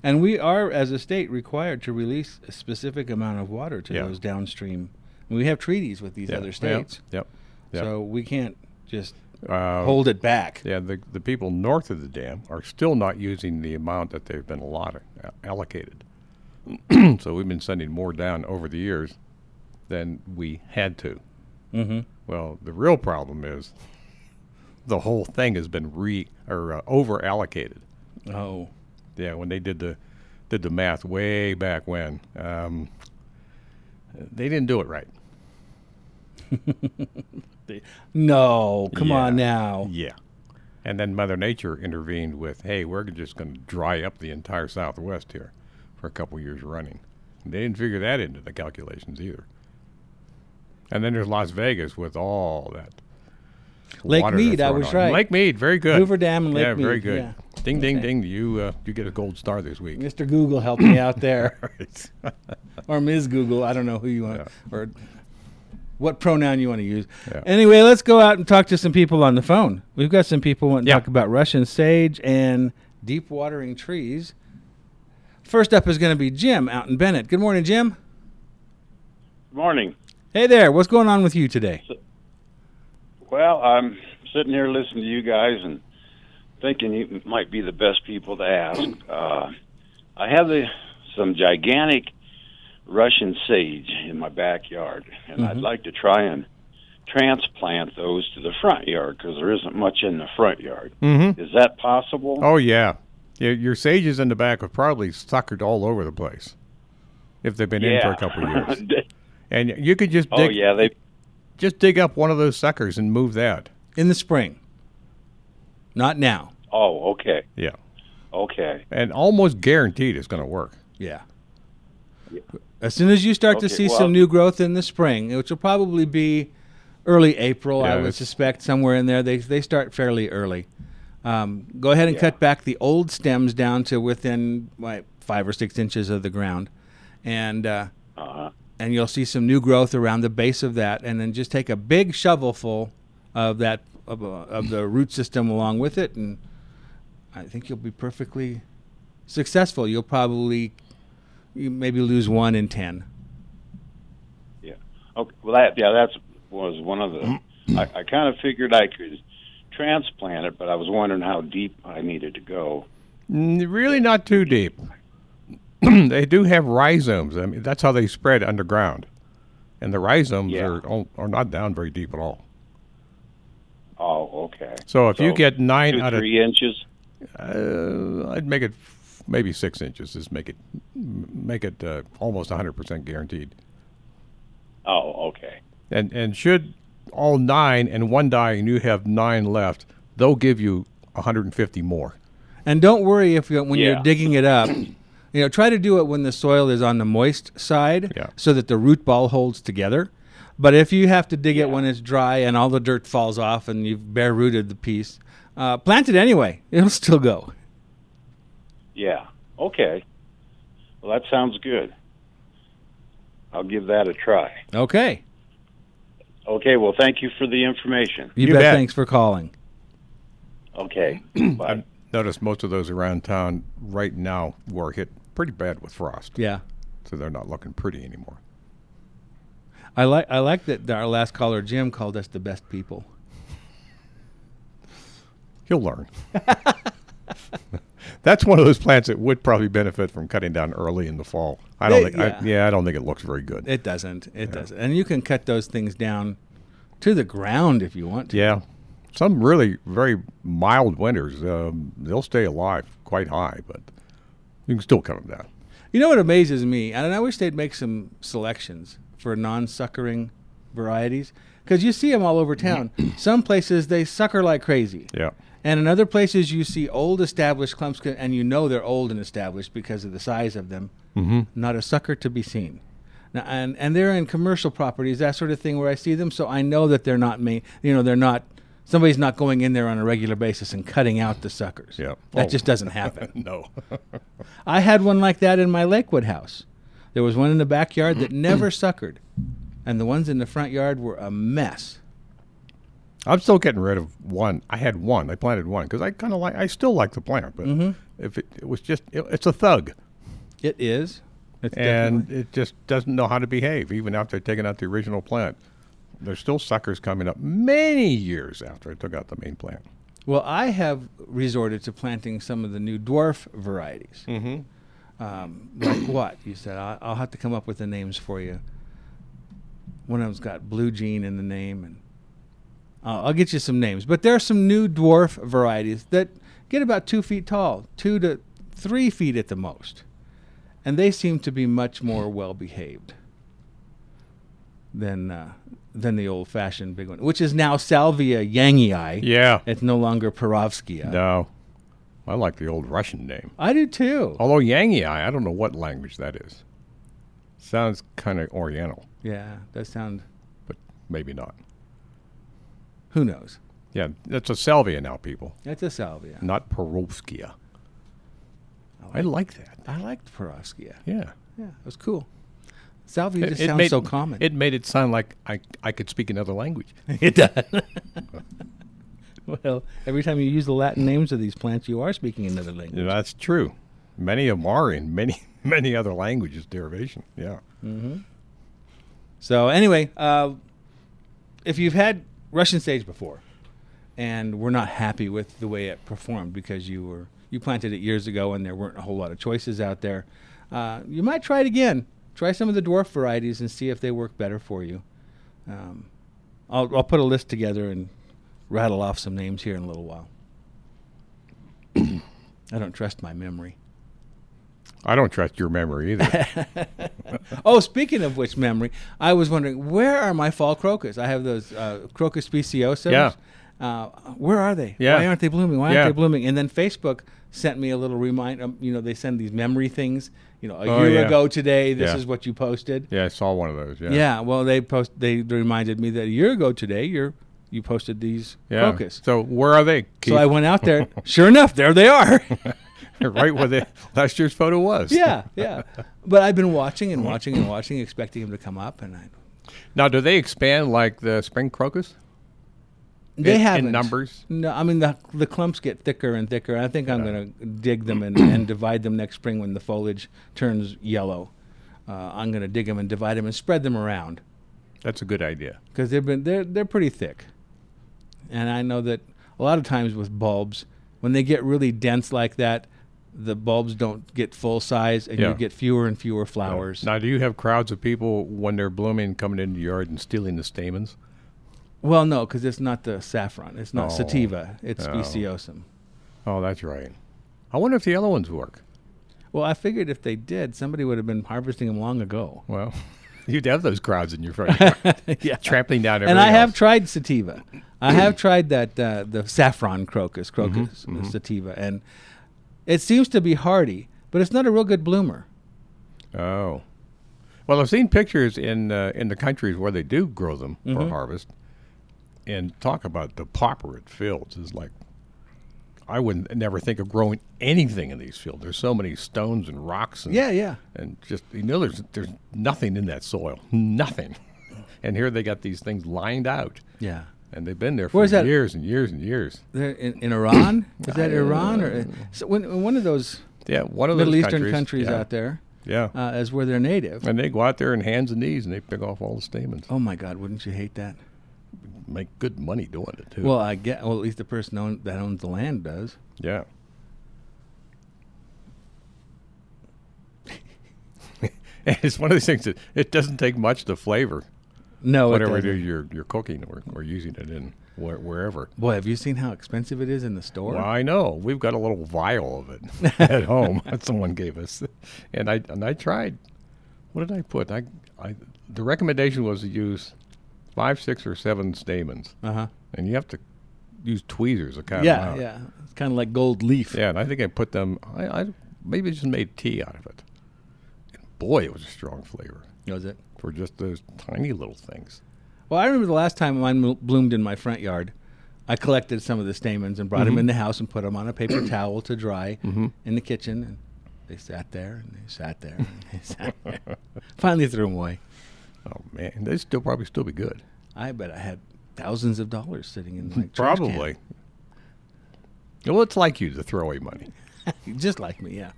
Speaker 5: And we are, as a state, required to release a specific amount of water to
Speaker 4: Yeah.
Speaker 5: those downstream. We have treaties with these other states,
Speaker 4: Yep. yep.
Speaker 5: so we can't just
Speaker 4: Uh,
Speaker 5: hold it back.
Speaker 4: yeah, the, the people north of the dam are still not using the amount that they've been allotted, uh, allocated. so, we've been sending more down over the years than we had to. Mm-hmm. Well, the real problem is the whole thing has been re or uh, over allocated.
Speaker 5: Oh,
Speaker 4: Yeah, when they did the did the math way back when, um, they didn't do it right.
Speaker 5: no! Come on
Speaker 4: Yeah.
Speaker 5: now.
Speaker 4: Yeah, and then Mother Nature intervened with, "Hey, we're just going to dry up the entire Southwest here for a couple years running." And they didn't figure that into the calculations either. And then there's Las Vegas with all that
Speaker 5: Lake
Speaker 4: water they're
Speaker 5: Mead, I
Speaker 4: throwing
Speaker 5: was
Speaker 4: on.
Speaker 5: right.
Speaker 4: Lake Mead, very good.
Speaker 5: Hoover Dam and Lake
Speaker 4: yeah, very
Speaker 5: Mead,
Speaker 4: good.
Speaker 5: yeah.
Speaker 4: Ding, ding,
Speaker 5: Okay.
Speaker 4: ding! You uh, you get a gold star this week.
Speaker 5: Mr. Google, help me out there,
Speaker 4: Right.
Speaker 5: or Ms. Google. I don't know who you want, or what pronoun you want to use.
Speaker 4: Yeah.
Speaker 5: Anyway, let's go out and talk to some people on the phone. We've got some people wanting to
Speaker 4: Yeah.
Speaker 5: talk about Russian sage and deep watering trees. First up is going to be Jim out in Bennett. Good morning, Jim.
Speaker 8: Morning.
Speaker 5: Hey there. What's going on with you today?
Speaker 8: Well, I'm sitting here listening to you guys and thinking you might be the best people to ask. Uh, I have the, some gigantic Russian sage in my backyard, and I'd
Speaker 4: Mm-hmm.
Speaker 8: like to try and transplant those to the front yard because there isn't much in the front yard. Mm-hmm. Is that possible?
Speaker 4: Oh yeah, your, your sages in the back have probably suckered all over the place if they've been in for a couple of years. And you could just
Speaker 8: oh
Speaker 4: dig,
Speaker 8: yeah, they
Speaker 4: just dig up one of those suckers and move that.
Speaker 5: In the spring. Not now.
Speaker 8: Oh, okay.
Speaker 4: Yeah,
Speaker 8: Okay.
Speaker 4: and almost guaranteed it's going to work.
Speaker 5: Yeah. As soon as you start to
Speaker 8: Okay,
Speaker 5: see
Speaker 8: well-
Speaker 5: some new growth in the spring, which will probably be early April,
Speaker 4: Yeah,
Speaker 5: I would
Speaker 4: that's-
Speaker 5: suspect, somewhere in there, they, they start fairly early. Um, go ahead and cut back the old stems down to within like, five or six inches of the ground, and uh, and you'll see some new growth around the base of that. And then just take a big shovelful of that of, uh, of the root system along with it, and I think you'll be perfectly successful. You'll probably you maybe lose one in ten.
Speaker 8: Yeah. Okay. Well, that yeah, that's was one of the. I, I kind of figured I could transplant it, but I was wondering how deep I needed to go.
Speaker 4: Mm, Really not too deep. they do have rhizomes. I mean, that's how they spread underground. And the rhizomes
Speaker 8: Yeah.
Speaker 4: are, all- are not down very deep at all.
Speaker 8: Oh, okay.
Speaker 4: So if you get nine
Speaker 8: two,
Speaker 4: out of-
Speaker 8: three inches,
Speaker 4: Uh, I'd make it f- maybe six inches. Just make it m- make it uh, almost 100% guaranteed.
Speaker 8: oh, okay.
Speaker 4: And and should all nine and one die, and you have nine left, they'll give you 150 more.
Speaker 5: And don't worry if you, when you're
Speaker 8: Yeah.
Speaker 5: digging it up, you know, try to do it when the soil is on the moist side,
Speaker 4: Yeah.
Speaker 5: so that the root ball holds together. But if you have to dig it when it's dry and all the dirt falls off and you've bare rooted the piece, uh, plant it anyway. It'll still go.
Speaker 8: Yeah. Okay. Well, that sounds good. I'll give that a try.
Speaker 5: Okay.
Speaker 8: Okay. Well, thank you for the information.
Speaker 5: You,
Speaker 4: You
Speaker 5: bet.
Speaker 4: bet.
Speaker 5: Thanks for calling.
Speaker 8: Okay. Bye.
Speaker 4: Notice most of those around town right now were hit pretty bad with frost,
Speaker 5: Yeah.
Speaker 4: so they're not looking pretty anymore.
Speaker 5: I like I like that our last caller Jim called us the best people.
Speaker 4: He'll learn. That's one of those plants that would probably benefit from cutting down early in the fall. I don't
Speaker 5: Eh,
Speaker 4: think.
Speaker 5: yeah.
Speaker 4: I, yeah, I don't think it looks very good.
Speaker 5: It doesn't. It doesn't. And you can cut those things down to the ground if you want to.
Speaker 4: Yeah. Some really very mild winters, um, they'll stay alive quite high, but you can still cut them down.
Speaker 5: You know what amazes me, and I wish they'd make some selections for non-suckering varieties, because you see them all over town. some places they sucker like crazy,
Speaker 4: Yeah.
Speaker 5: and in other places you see old established clumps, c- and you know they're old and established because of the size of them. Mm-hmm. Not a sucker to be seen. Now, and and they're in commercial properties, that sort of thing, where I see them, so I know that they're not me. You know, they're not. Somebody's not going in there on a regular basis and cutting out the suckers.
Speaker 4: Yeah.
Speaker 5: That
Speaker 4: Oh.
Speaker 5: just doesn't happen.
Speaker 4: No.
Speaker 5: I had one like that in my Lakewood house. There was one in the backyard that never suckered, and the ones in the front yard were a mess.
Speaker 4: I'm still getting rid of one. I had one. I planted one because I kind of like. I still like the plant, but if it, it was just, it, it's a thug,
Speaker 5: Mm-hmm. It is. It's
Speaker 4: and
Speaker 5: definitely-
Speaker 4: it just doesn't know how to behave even after taking out the original plant. There's still suckers coming up many years after I took out the main plant.
Speaker 5: well, I have resorted to planting some of the new dwarf varieties. Mm-hmm. Um, like what you said? I'll, I'll have to come up with the names for you. One of them's got blue jean in the name, and uh, I'll, I'll get you some names. But there are some new dwarf varieties that get about two feet tall, two to three feet at the most. and they seem to be much more well behaved than uh, than the old fashioned big one, which is now Salvia yangii.
Speaker 4: Yeah.
Speaker 5: it's no longer Perovskia.
Speaker 4: No, I like the old Russian name.
Speaker 5: I do too.
Speaker 4: Although Yangi, I I don't know what language that is. Sounds kind of Oriental,
Speaker 5: Yeah, that sound.
Speaker 4: but maybe not.
Speaker 5: Who knows?
Speaker 4: Yeah, that's a salvia now, people,
Speaker 5: That's a Salvia.
Speaker 4: not Perovskia. Oh, I like that.
Speaker 5: I liked Perovskia.
Speaker 4: Yeah.
Speaker 5: Yeah, it was cool. Salvia just sounds so common.
Speaker 4: It made it sound like I, I could speak another language.
Speaker 5: It does. well, every time you use the Latin names of these plants, you are speaking another language.
Speaker 4: Yeah, that's true. Many of them are in many, many other languages derivation. Yeah.
Speaker 5: Mm-hmm. So anyway, uh, if you've had Russian sage before, and we're not happy with the way it performed because you were you planted it years ago and there weren't a whole lot of choices out there, uh, you might try it again. Try some of the dwarf varieties and see if they work better for you. Um, I'll, I'll put a list together and rattle off some names here in a little while. I don't trust my memory.
Speaker 4: I don't trust your memory either.
Speaker 5: Oh, speaking of which memory, I was wondering where are my fall crocus? I have those uh, crocus speciosos.
Speaker 4: Yeah.
Speaker 5: Uh, where are they?
Speaker 4: Yeah.
Speaker 5: Why aren't they blooming? Why
Speaker 4: Yeah.
Speaker 5: aren't they blooming? And then Facebook sent me a little reminder. Um, you know, they send these memory things. You know, a
Speaker 4: Oh,
Speaker 5: year
Speaker 4: yeah.
Speaker 5: ago today, this
Speaker 4: Yeah.
Speaker 5: is what you posted.
Speaker 4: yeah, I saw one of those. Yeah.
Speaker 5: Yeah, Well, they post. They reminded me that a year ago today, you're you posted these
Speaker 4: Yeah.
Speaker 5: crocus.
Speaker 4: So where are they?
Speaker 5: So I went out there. Sure enough, there they are.
Speaker 4: went right where the last year's photo was.
Speaker 5: yeah, yeah. But I've been watching and watching and watching, expecting him to come up, and I
Speaker 4: Now, do they expand like the spring crocus?
Speaker 5: They
Speaker 4: in,
Speaker 5: haven't
Speaker 4: in numbers.
Speaker 5: No, I mean the the clumps get thicker and thicker. I think I'm going to dig them and, and divide them next spring when the foliage turns yellow. Uh, I'm going to dig them and divide them and spread them around
Speaker 4: That's a good idea.
Speaker 5: because they've been they're they're pretty thick. And I know that a lot of times with bulbs, when they get really dense like that, the bulbs don't get full size, and
Speaker 4: Yeah.
Speaker 5: you get fewer and fewer flowers.
Speaker 4: Now, do you have crowds of people when they're blooming coming into the yard and stealing the stamens?
Speaker 5: Well, no, because it's not the saffron. It's not
Speaker 4: Oh.
Speaker 5: sativa. It's speciosum.
Speaker 4: Oh, that's right. I wonder if the yellow ones work.
Speaker 5: Well, I figured if they did, somebody would have been harvesting them long ago.
Speaker 4: Well, you'd have those crowds in your front yard,
Speaker 5: yeah.
Speaker 4: trampling down everything.
Speaker 5: and I have
Speaker 4: else.
Speaker 5: tried sativa. I have tried that uh, the saffron crocus,
Speaker 4: Mm-hmm,
Speaker 5: crocus uh, sativa, and it seems to be hardy, but it's not a real good bloomer.
Speaker 4: Oh, well, I've seen pictures in uh, in the countries where they do grow them for
Speaker 5: Mm-hmm.
Speaker 4: harvest, and talk about the pauper it fields is like. I would never think of growing anything in these fields. There's so many stones and rocks. And,
Speaker 5: yeah.
Speaker 4: and just you know, there's there's nothing in that soil, nothing. And here they got these things lined out,
Speaker 5: Yeah.
Speaker 4: and they've been there for
Speaker 5: Where's that?
Speaker 4: years and years and years.
Speaker 5: They're in, in Iran? Is that Iran or uh, so when, one of those
Speaker 4: uh, Yeah, one of
Speaker 5: Middle
Speaker 4: those
Speaker 5: Eastern countries,
Speaker 4: yeah,
Speaker 5: out there
Speaker 4: Yeah,
Speaker 5: uh, is where they're native.
Speaker 4: and they go out there in hands and knees and they pick off all the stamens.
Speaker 5: Oh my God! Wouldn't you hate that?
Speaker 4: Make good money doing it too.
Speaker 5: Well, I get. Well, at least the person own, that owns the land does.
Speaker 4: Yeah. and it's one of these things that it doesn't take much to flavor
Speaker 5: No, it
Speaker 4: whatever it
Speaker 5: doesn't.
Speaker 4: is you're you're cooking or, or using it in where, wherever.
Speaker 5: Boy, have you seen how expensive it is in the store?
Speaker 4: Well, I know we've got a little vial of it at home that someone gave us, and I and I tried. What did I put? I, I the recommendation was to use five, six, or seven stamens,
Speaker 5: Uh huh.
Speaker 4: and you have to use tweezers to count 'em
Speaker 5: Yeah,
Speaker 4: out.
Speaker 5: yeah. It's kind of like gold leaf.
Speaker 4: Yeah, and I think I put them. I, I maybe just made tea out of it. And boy, it was a strong flavor
Speaker 5: Was it?
Speaker 4: for just those tiny little things.
Speaker 5: Well, I remember the last time mine blo- bloomed in my front yard. I collected some of the stamens and brought them
Speaker 4: Mm-hmm.
Speaker 5: in the house and put them on a paper towel to dry in the kitchen. And they sat there and they sat there and they sat there. Finally threw them away.
Speaker 4: Oh man, they'd still probably still be good.
Speaker 5: I bet I had thousands of dollars sitting in my trash can.
Speaker 4: Probably. Well, it's like you to throw away money.
Speaker 5: just like me. Yeah.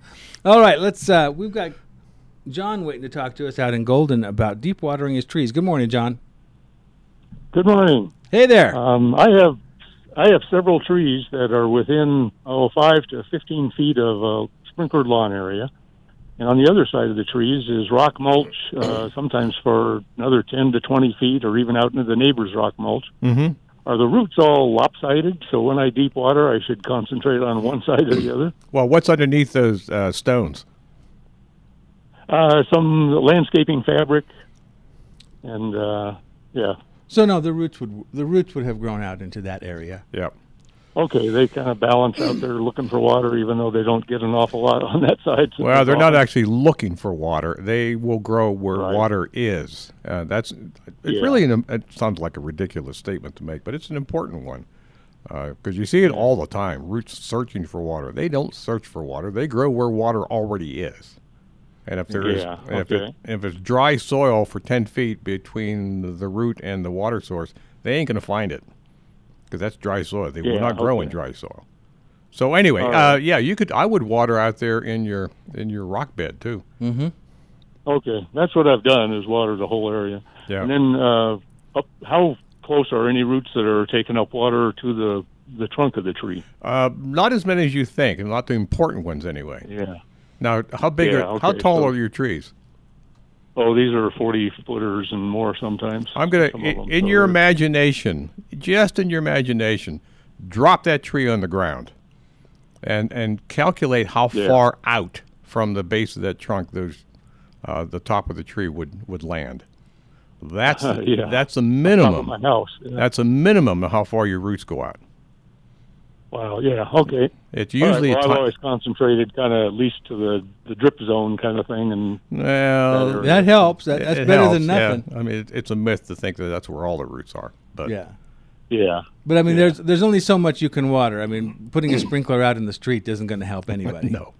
Speaker 5: All right, let's. Uh, we've got John waiting to talk to us out in Golden about deep watering his trees. Good morning, John.
Speaker 9: Good morning.
Speaker 5: Hey there.
Speaker 9: Um, I have I have several trees that are within oh five to fifteen feet of a sprinklered lawn area, and on the other side of the trees is rock mulch. Uh, sometimes for another ten to twenty feet, or even out into the neighbor's rock mulch.
Speaker 4: Mhm.
Speaker 2: Mm-hmm.
Speaker 9: Are the roots all lopsided? So when I deep water, I should concentrate on one side or the other.
Speaker 4: Well, what's underneath those uh, stones?
Speaker 9: Uh, some landscaping fabric, and uh, yeah,
Speaker 5: so no, the roots would the roots would have grown out into that area.
Speaker 4: Yeah.
Speaker 9: Okay, they kind of balance out there looking for water, even though they don't get an awful lot on that side. since
Speaker 4: Well,
Speaker 9: it's
Speaker 4: they're not
Speaker 9: off.
Speaker 4: actually looking for water. They will grow where
Speaker 9: Right.
Speaker 4: water is. Uh, that's it's
Speaker 9: Yeah.
Speaker 4: really an, it sounds like a ridiculous statement to make, but it's an important one because you see it all the time. Roots searching for water. They don't search for water. They grow where water already is. And if there is,
Speaker 9: Yeah,
Speaker 4: and if, it,
Speaker 9: okay.
Speaker 4: if it's dry soil for ten feet between the, the root and the water source, they ain't going to find it because that's dry soil. They will
Speaker 9: Yeah,
Speaker 4: not grow in
Speaker 9: okay.
Speaker 4: dry soil. So anyway,
Speaker 9: All
Speaker 4: uh,
Speaker 9: right.
Speaker 4: yeah, you could. I would water out there in your in your rock bed too.
Speaker 9: Okay, that's what I've done is water the whole area.
Speaker 4: Yeah.
Speaker 9: And then, uh, up, how close are any roots that are taking up water to the the trunk of the tree?
Speaker 4: Uh, not as many as you think, and not the important ones anyway.
Speaker 9: Yeah.
Speaker 4: Now, how big
Speaker 9: Yeah,
Speaker 4: are how
Speaker 9: okay,
Speaker 4: tall
Speaker 9: so-
Speaker 4: are your trees?
Speaker 9: Oh, these are forty footers and more sometimes.
Speaker 4: I'm gonna
Speaker 9: Some of
Speaker 4: in,
Speaker 9: them,
Speaker 4: in
Speaker 9: so
Speaker 4: your
Speaker 9: they're-
Speaker 4: imagination, just in your imagination, drop that tree on the ground, and and calculate how
Speaker 9: Yeah.
Speaker 4: far out from the base of that trunk those uh, the top of the tree would would land. That's
Speaker 9: Yeah.
Speaker 4: that's
Speaker 9: top
Speaker 4: a
Speaker 9: of my
Speaker 4: minimum.
Speaker 9: house. Yeah.
Speaker 4: That's a minimum of how far your roots go out.
Speaker 9: wow. Yeah. Okay.
Speaker 4: It's
Speaker 9: All right,
Speaker 4: usually
Speaker 9: well,
Speaker 4: a
Speaker 9: I've
Speaker 4: ti-
Speaker 9: always concentrated kind of at least to the the drip zone kind of thing, and
Speaker 4: well,
Speaker 9: Better.
Speaker 5: That helps. That,
Speaker 4: it-
Speaker 5: that's
Speaker 4: it
Speaker 5: better
Speaker 4: helps,
Speaker 5: than
Speaker 4: yeah.
Speaker 5: nothing.
Speaker 4: I mean, it, it's a myth to think that that's where all the roots are. But
Speaker 5: Yeah.
Speaker 9: yeah.
Speaker 5: But I mean, there's there's only so much you can water. I mean, putting a sprinkler out in the street isn't going to help anybody.
Speaker 4: no.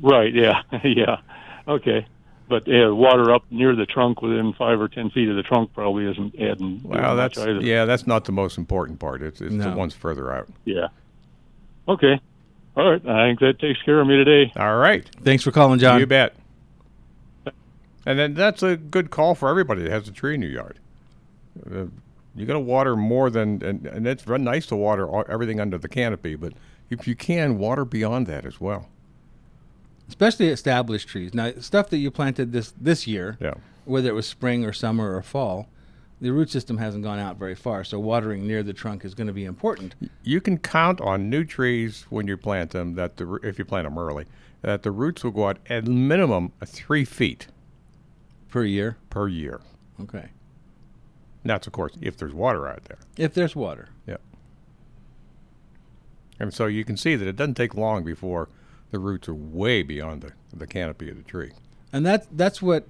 Speaker 9: Right. Yeah. yeah. Okay. but yeah, water up near the trunk within five or ten feet of the trunk probably isn't adding.
Speaker 4: Well,
Speaker 9: doing much
Speaker 4: that's
Speaker 9: either.
Speaker 4: yeah, that's not the most important part. It's, it's the
Speaker 5: No.
Speaker 4: ones further out.
Speaker 9: Yeah. Okay. All right. uh. I think that takes care of me today.
Speaker 4: All right.
Speaker 5: Thanks for calling, John.
Speaker 4: You bet. And then that's a good call for everybody that has a tree in your yard. Uh, you got to water more than, and, and it's very nice to water all, everything under the canopy, but if you can, water beyond that as well.
Speaker 5: Especially established trees. Now, stuff that you planted this this year,
Speaker 4: Yeah.
Speaker 5: whether it was spring or summer or fall, the root system hasn't gone out very far, so watering near the trunk is going to be important.
Speaker 4: You can count on new trees when you plant them that the ro- if you plant them early that the roots will go out at minimum three feet
Speaker 5: per year.
Speaker 4: per year.
Speaker 5: Okay.
Speaker 4: And that's of course if there's water out there.
Speaker 5: If there's water.
Speaker 4: Yeah. And so you can see that it doesn't take long before the roots are way beyond the, the canopy of the tree.
Speaker 5: And that that's what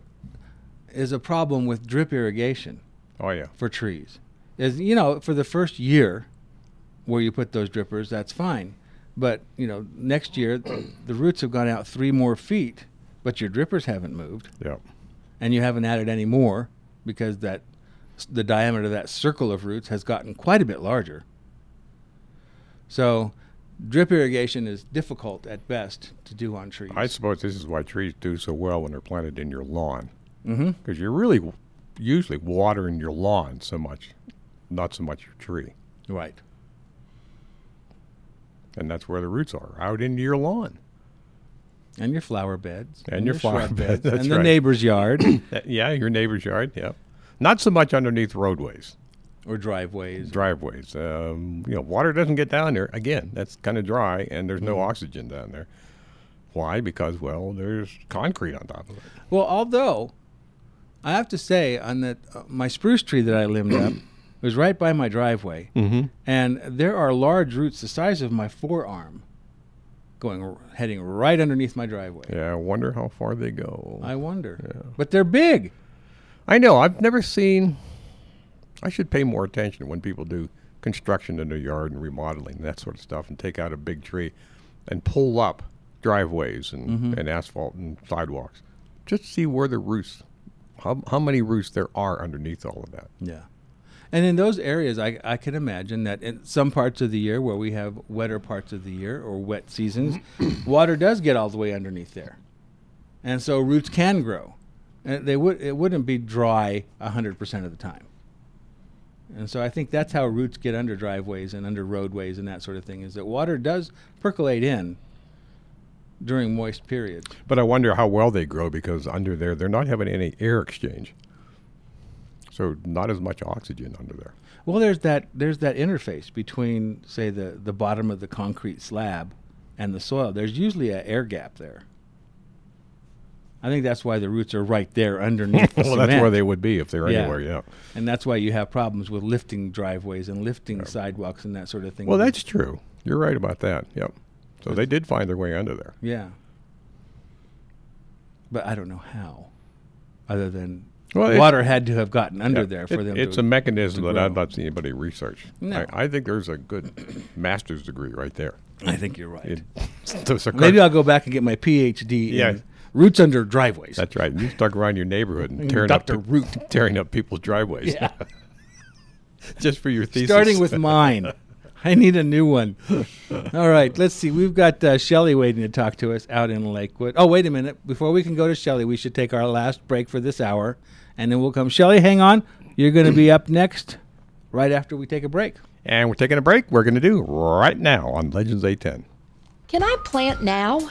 Speaker 5: is a problem with drip irrigation
Speaker 4: Oh yeah.
Speaker 5: for trees. Is you know, for the first year where you put those drippers, that's fine. But, you know, next year the roots have gone out 3 more feet, but your drippers haven't moved
Speaker 4: Yeah.
Speaker 5: and you haven't added any more because that the diameter of that circle of roots has gotten quite a bit larger. So, drip irrigation is difficult at best to do on trees.
Speaker 4: I suppose this is why trees do so well when they're planted in your lawn. Mm-hmm. Because you're really w- usually watering your lawn so much, not so much your tree.
Speaker 5: right.
Speaker 4: And that's where the roots are, out into your lawn.
Speaker 5: and your flower beds
Speaker 4: And your flower
Speaker 5: shrub
Speaker 4: beds, that's
Speaker 5: and the
Speaker 4: right.
Speaker 5: neighbor's yard
Speaker 4: Uh, Yeah, your neighbor's yard. Yeah. Not so much underneath roadways,
Speaker 5: or driveways
Speaker 4: driveways. Um, you know, water doesn't get down there. Again, that's kind of dry, and there's
Speaker 5: Mm-hmm.
Speaker 4: no oxygen down there. Why? Because well, Oh, there's concrete on top of it.
Speaker 5: well although i have to say on that uh, my spruce tree that i limbed up was right by my driveway mm-hmm. and there are large roots the size of my forearm going r- heading right underneath my driveway
Speaker 4: Yeah, I wonder how far they go.
Speaker 5: i wonder but they're big
Speaker 4: I know. I've never seen. I should pay more attention when people do construction in their yard and remodeling and that sort of stuff, and take out a big tree, and pull up driveways and,
Speaker 5: Mm-hmm.
Speaker 4: and asphalt and sidewalks, just see where the roots, how, how many roots there are underneath all of that.
Speaker 5: yeah and in those areas I, I can imagine that in some parts of the year where we have wetter parts of the year or wet seasons water does get all the way underneath there and so roots can grow. And they would it wouldn't be dry hundred percent of the time. And so I think that's how roots get under driveways and under roadways and that sort of thing is that water does percolate in during moist periods.
Speaker 4: But I wonder how well they grow because under there they're not having any air exchange, so not as much oxygen under there.
Speaker 5: Well, there's that there's that interface between say the the bottom of the concrete slab and the soil. There's usually an air gap there. I think that's why the roots are right there underneath. the
Speaker 4: well, that's where
Speaker 5: cement.
Speaker 4: they would be if they're
Speaker 5: Yeah.
Speaker 4: anywhere. Yeah.
Speaker 5: And that's why you have problems with lifting driveways and lifting sidewalks and that sort of thing.
Speaker 4: Well, that's true. You're right about that. Yep. So they did find their way under there.
Speaker 5: yeah. But I don't know how, other than
Speaker 4: Well, it-
Speaker 5: water had to have gotten under
Speaker 4: Yeah.
Speaker 5: there for
Speaker 4: It-
Speaker 5: them.
Speaker 4: It's
Speaker 5: to,
Speaker 4: a mechanism
Speaker 5: to
Speaker 4: that I've
Speaker 5: grow.
Speaker 4: not seen anybody research.
Speaker 5: No.
Speaker 4: I, I think there's a good master's degree right there.
Speaker 5: I think you're right.
Speaker 4: It- so it's a
Speaker 5: Maybe
Speaker 4: cur-
Speaker 5: I'll go back and get my PhD.
Speaker 4: Yeah.
Speaker 5: In roots under driveways.
Speaker 4: that's right. You stuck around your neighborhood and tearing up
Speaker 5: Dr.
Speaker 4: pe- tearing up people's driveways.
Speaker 5: Yeah.
Speaker 4: Just for your thesis.
Speaker 5: Starting with mine. I need a new one. All right, let's see. We've got uh, Shelly waiting to talk to us out in Lakewood. Oh, wait a minute. Before we can go to Shelly, we should take our last break for this hour, and then we'll come. Shelly, hang on. You're going to be up next right after we take a break.
Speaker 4: and we're taking a break. We're going to do right now on Legends A10.
Speaker 10: Can I plant now?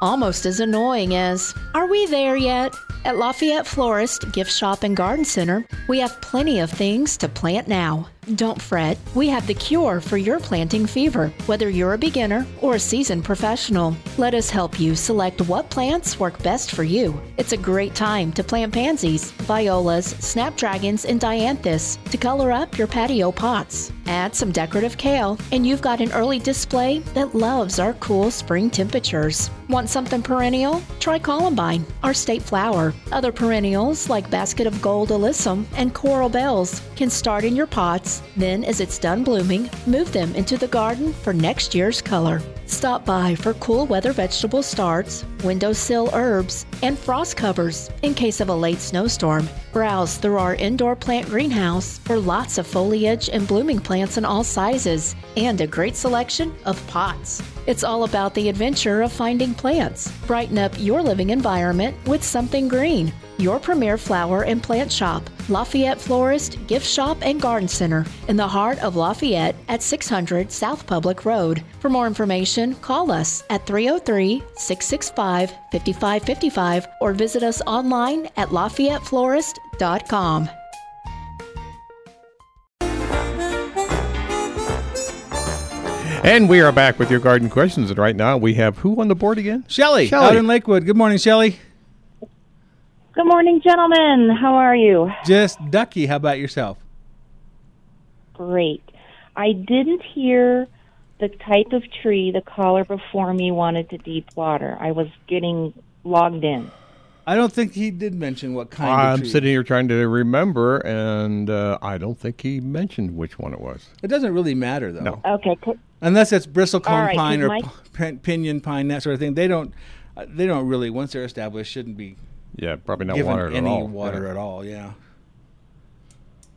Speaker 10: Almost as annoying as, are we there yet? At Lafayette Florist, Gift Shop, and Garden Center, we have plenty of things to plant now. Don't fret, we have the cure for your planting fever, whether you're a beginner or a seasoned professional. Let us help you select what plants work best for you. It's a great time to plant pansies, violas, snapdragons, and dianthus to color up your patio pots. Add some decorative kale, and you've got an early display that loves our cool spring temperatures. Want something perennial? Try columbine, our state flower. Other perennials like basket of gold alyssum and coral bells can start in your pots, then as it's done blooming, move them into the garden for next year's color. Stop by for cool weather vegetable starts windowsill herbs, and frost covers in case of a late snowstorm. Browse through our indoor plant greenhouse for lots of foliage and blooming plants in all sizes and a great selection of pots. It's all about the adventure of finding plants. Brighten up your living environment with something green. Your premier flower and plant shop, Lafayette Florist, Gift Shop, and Garden Center in the heart of Lafayette at 600 South Public Road. For more information, call us at 303 665 5555 or visit us online at LafayetteFlorist.com.
Speaker 4: And we are back with your garden questions. And right now we have who on the board again?
Speaker 5: Shelly,
Speaker 4: Shelley.
Speaker 5: out in Lakewood. Good morning, Shelly.
Speaker 11: Good morning, gentlemen. How are you?
Speaker 5: Just ducky. How about yourself?
Speaker 11: Great. I didn't hear the type of tree the caller before me wanted to deep water. I was getting logged in.
Speaker 5: I don't think he did mention what kind of
Speaker 4: I'm
Speaker 5: tree.
Speaker 4: sitting here trying to remember, and uh, I don't think he mentioned which one it was.
Speaker 5: It doesn't really matter though.
Speaker 4: No.
Speaker 11: Okay. c-
Speaker 5: Unless it's bristlecone
Speaker 11: All right,
Speaker 5: pine
Speaker 11: can
Speaker 5: or
Speaker 11: Mike-
Speaker 5: p- pinion pine, that sort of thing. They don't. uh, They don't really. Once they're established, shouldn't be
Speaker 4: Yeah, probably not
Speaker 5: given
Speaker 4: water at
Speaker 5: any
Speaker 4: all.
Speaker 5: water
Speaker 4: Yeah.
Speaker 5: at all. Yeah.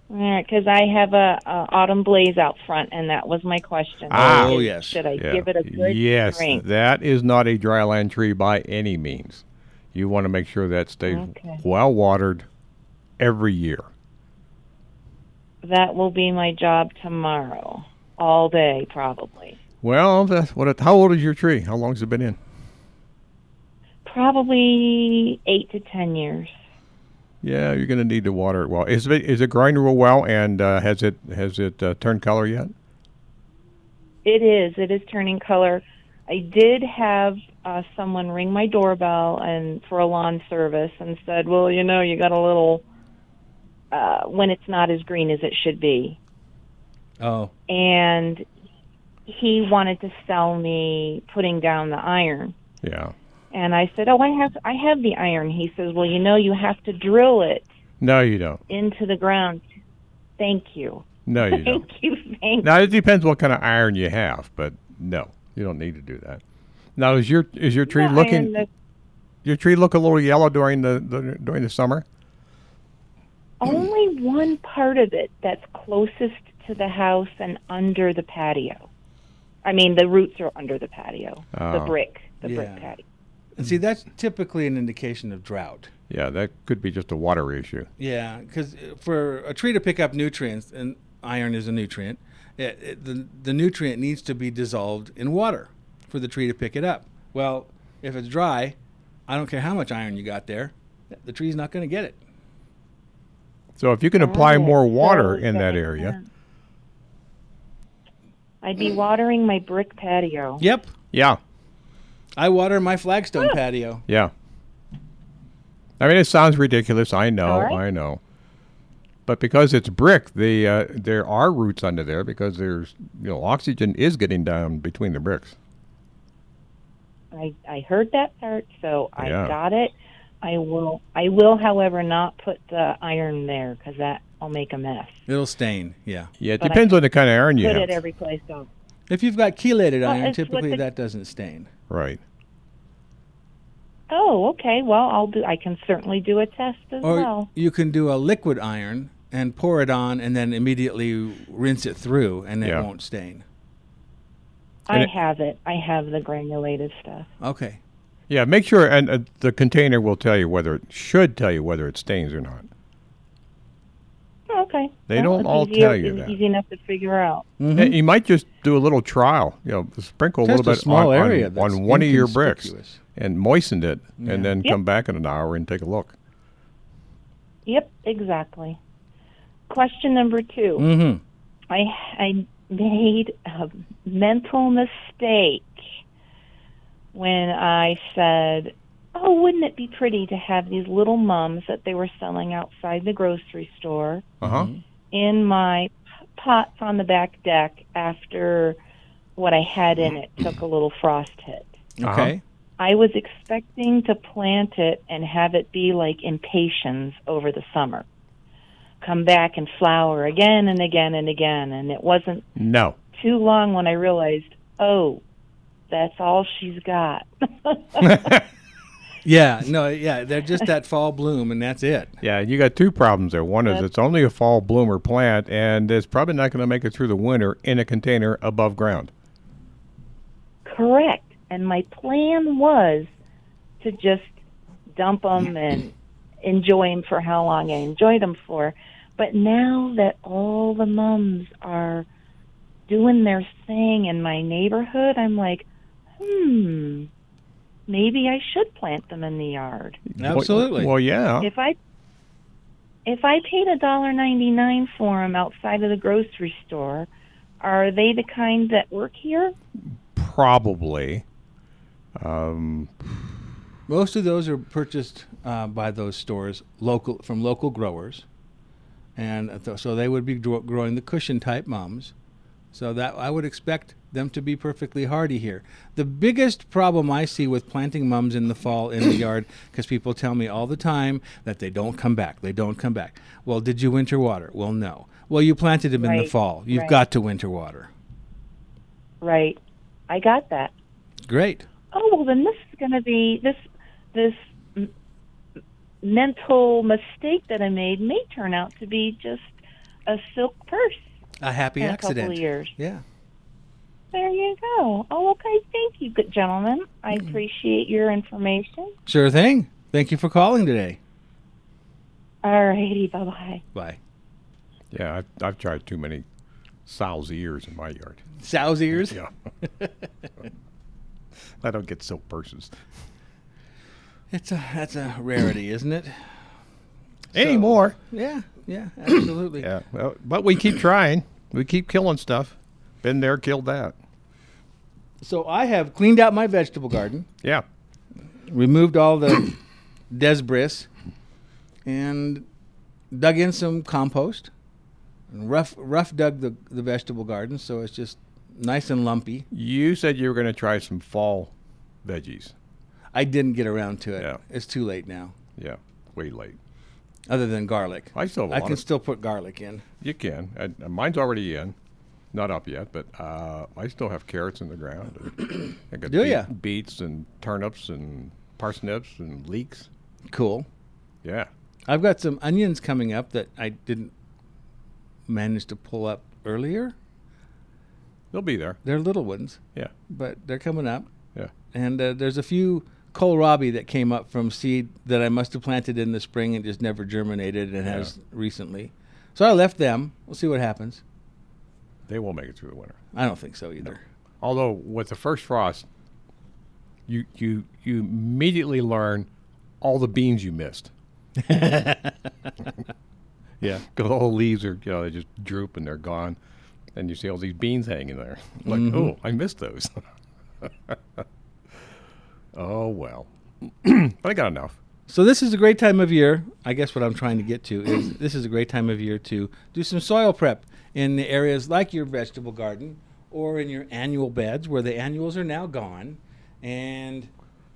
Speaker 11: All right, because I have a, a autumn blaze out front, and that was my question.
Speaker 4: Ah.
Speaker 5: Oh, yes.
Speaker 11: Should I
Speaker 4: Yeah.
Speaker 11: give it a good
Speaker 4: yes,
Speaker 11: drink?
Speaker 4: that is not a dryland tree by any means. You want to make sure that stays
Speaker 11: Okay.
Speaker 4: well watered every year.
Speaker 11: That will be my job tomorrow, all day probably.
Speaker 4: Well, that's what. It, how old is your tree? How long's it been in?
Speaker 11: Probably eight to ten years.
Speaker 4: Yeah, you're going to need to water it well. Is it is it growing real well? And uh, has it has it uh, turned color yet?
Speaker 11: It is. It is turning color. I did have uh, someone ring my doorbell and for a lawn service and said, "Well, you know, you got a little uh, when it's not as green as it should be."
Speaker 5: Oh.
Speaker 11: And he wanted to sell me putting down the iron.
Speaker 4: Yeah.
Speaker 11: And I said, "Oh, I have I have the iron." He says, "Well, you know, you have to drill it
Speaker 4: No, you don't.
Speaker 11: into the ground." Thank you.
Speaker 4: No, you don't.
Speaker 11: Thank you. Thank
Speaker 4: Now it depends what kind of iron you have, but no, you don't need to do that. Now is your is your tree
Speaker 11: you.
Speaker 4: looking
Speaker 11: Iron the-
Speaker 4: your tree look a little yellow during the, the during the summer?
Speaker 11: only one part of it that's closest to the house and under the patio. I mean, the roots are under the patio, the
Speaker 4: Oh.
Speaker 11: brick, the brick
Speaker 5: Yeah.
Speaker 11: patio.
Speaker 5: And see, that's typically an indication of drought.
Speaker 4: Yeah, that could be just a water issue.
Speaker 5: Yeah, because for a tree to pick up nutrients, and iron is a nutrient, it, it, the, the nutrient needs to be dissolved in water for the tree to pick it up. Well, if it's dry, I don't care how much iron you got there, the tree's not going to get it.
Speaker 4: So if you can apply more
Speaker 11: So
Speaker 4: water in
Speaker 11: it's
Speaker 4: that
Speaker 11: gonna-
Speaker 4: area,
Speaker 11: I'd be watering my brick patio.
Speaker 5: Yep.
Speaker 4: yeah,
Speaker 5: I water my flagstone patio.
Speaker 4: yeah. I mean, it sounds ridiculous. I know,
Speaker 11: All right.
Speaker 4: I know. But because it's brick, the uh, there are roots under there because there's you know oxygen is getting down between the bricks.
Speaker 11: I, I heard that part, so I
Speaker 4: Yeah.
Speaker 11: got it. I will. I will, however, not put the iron there because that will make a mess.
Speaker 5: It'll stain. Yeah.
Speaker 4: Yeah, it
Speaker 11: But I
Speaker 4: depends on the kind of iron you
Speaker 11: Put
Speaker 4: have.
Speaker 11: it every place else.
Speaker 5: If you've got chelated
Speaker 11: Well,
Speaker 5: iron,
Speaker 11: it's what
Speaker 5: typically
Speaker 11: the-
Speaker 5: that doesn't stain.
Speaker 4: right.
Speaker 11: Oh, okay. Well, I'll do. I can certainly do a test as
Speaker 5: Or
Speaker 11: well.
Speaker 5: you can do a liquid iron and pour it on and then immediately rinse it through and
Speaker 4: Yeah.
Speaker 5: it won't stain.
Speaker 11: I
Speaker 4: it-
Speaker 11: have it. I have the granulated stuff.
Speaker 5: Okay.
Speaker 4: Yeah, make sure, and uh, the container will tell you whether it should tell you whether it stains or not.
Speaker 11: Oh, okay.
Speaker 4: They don't
Speaker 11: it's
Speaker 4: all
Speaker 11: easy-
Speaker 4: tell you
Speaker 11: it's
Speaker 4: that.
Speaker 11: Easy enough to figure out.
Speaker 4: Yeah, You might just do a little trial. You know, sprinkle a
Speaker 5: Just
Speaker 4: little
Speaker 5: Mm-hmm. a
Speaker 4: bit
Speaker 5: small
Speaker 4: on, on-
Speaker 5: area
Speaker 4: on,
Speaker 5: that's
Speaker 4: one of your bricks
Speaker 5: inconspicuous.
Speaker 4: and moisten it, and then
Speaker 11: Yep.
Speaker 4: come back in an hour and take a look.
Speaker 11: Yep, exactly. Question number 2
Speaker 4: Mm-hmm.
Speaker 11: I I made a mental mistake when I said, "Oh, wouldn't it be pretty to have these little mums that they were selling outside the grocery store?"
Speaker 4: Uh
Speaker 2: Uh-huh.
Speaker 4: huh.
Speaker 11: in my pots on the back deck after what I had in it took a little frost hit.
Speaker 2: Uh-huh.
Speaker 5: Okay.
Speaker 11: I was expecting to plant it and have it be like impatiens over the summer. Come back and flower again and again and again. And it wasn't
Speaker 4: No.
Speaker 11: too long when I realized, oh, that's all she's got.
Speaker 5: Yeah, no, yeah, they're just that fall bloom, and that's it.
Speaker 4: Yeah, you got two problems there. One is
Speaker 11: Yep.
Speaker 4: it's only a fall bloomer plant, and it's probably not going to make it through the winter in a container above ground.
Speaker 11: Correct. And my plan was to just dump them and enjoy them for how long I enjoyed them for. But now that all the mums are doing their thing in my neighborhood, I'm like, hmm, maybe I should plant them in the yard.
Speaker 4: Well-
Speaker 5: Absolutely.
Speaker 4: Well, yeah.
Speaker 11: If I if I paid a dollar ninety nine for them outside of the grocery store, are they the kind that work here?
Speaker 4: probably. Um,
Speaker 5: Most of those are purchased uh, by those stores local from local growers, and th- so they would be grow- growing the cushion type mums. So that I would expect them to be perfectly hardy here. The biggest problem I see with planting mums in the fall in the yard, because people tell me all the time that they don't come back, they don't come back. Well, did you winter water? Well, no. Well, you planted them in the
Speaker 11: Right,
Speaker 5: fall. You've
Speaker 11: right.
Speaker 5: got to winter water.
Speaker 11: Right. I got that.
Speaker 5: Great.
Speaker 11: oh well then this is going to be this this m- mental mistake that i made may turn out to be just a silk purse
Speaker 5: A happy
Speaker 11: in a couple
Speaker 5: accident.
Speaker 11: of years
Speaker 5: Yeah.
Speaker 11: there you go oh okay thank you good gentlemen i appreciate your information
Speaker 5: Sure thing. Thank you for calling today.
Speaker 11: all righty bye bye
Speaker 5: Bye.
Speaker 4: yeah, I've, I've tried too many sow's ears in my yard.
Speaker 5: Sow's ears.
Speaker 4: Yeah. I don't get silk purses
Speaker 5: It's a that's a rarity, isn't it?
Speaker 4: anymore.
Speaker 5: Yeah, yeah, absolutely.
Speaker 4: Yeah, well, but we keep trying. We keep killing stuff. Been there, killed that.
Speaker 5: So I have cleaned out my vegetable garden,
Speaker 4: Yeah.
Speaker 5: removed all the desbris, and dug in some compost. And rough rough dug the, the vegetable garden so it's just nice and lumpy.
Speaker 4: You said you were going to try some fall veggies.
Speaker 5: I didn't get around to it.
Speaker 4: Yeah.
Speaker 5: It's too late now.
Speaker 4: Yeah, way late.
Speaker 5: Other than garlic.
Speaker 4: I still have a
Speaker 5: I
Speaker 4: lot
Speaker 5: can
Speaker 4: of-
Speaker 5: still put garlic in.
Speaker 4: You can. And and mine's already in. Not up yet, but uh, I still have carrots in the ground. and I got
Speaker 5: Do
Speaker 4: beet-
Speaker 5: ya?
Speaker 4: beets and turnips and parsnips and leeks.
Speaker 5: Cool.
Speaker 4: Yeah.
Speaker 5: I've got some onions coming up that I didn't manage to pull up earlier.
Speaker 4: They'll be there.
Speaker 5: They're little ones,
Speaker 4: Yeah.
Speaker 5: but they're coming up.
Speaker 4: Yeah.
Speaker 5: And uh, there's a few kohlrabi that came up from seed that I must have planted in the spring and just never germinated and has recently. So I left them. We'll see what happens.
Speaker 4: They will make it through the winter.
Speaker 5: I don't think so either.
Speaker 4: Although with the first frost, you you you immediately learn all the beans you missed. yeah, because all the leaves are you know they just droop and they're gone, and you see all these beans hanging there. Like,
Speaker 5: Mm-hmm.
Speaker 4: oh, I missed those. oh well, but I got enough.
Speaker 5: So this is a great time of year. I guess what I'm trying to get to is this is a great time of year to do some soil prep in the areas like your vegetable garden or in your annual beds where the annuals are now gone and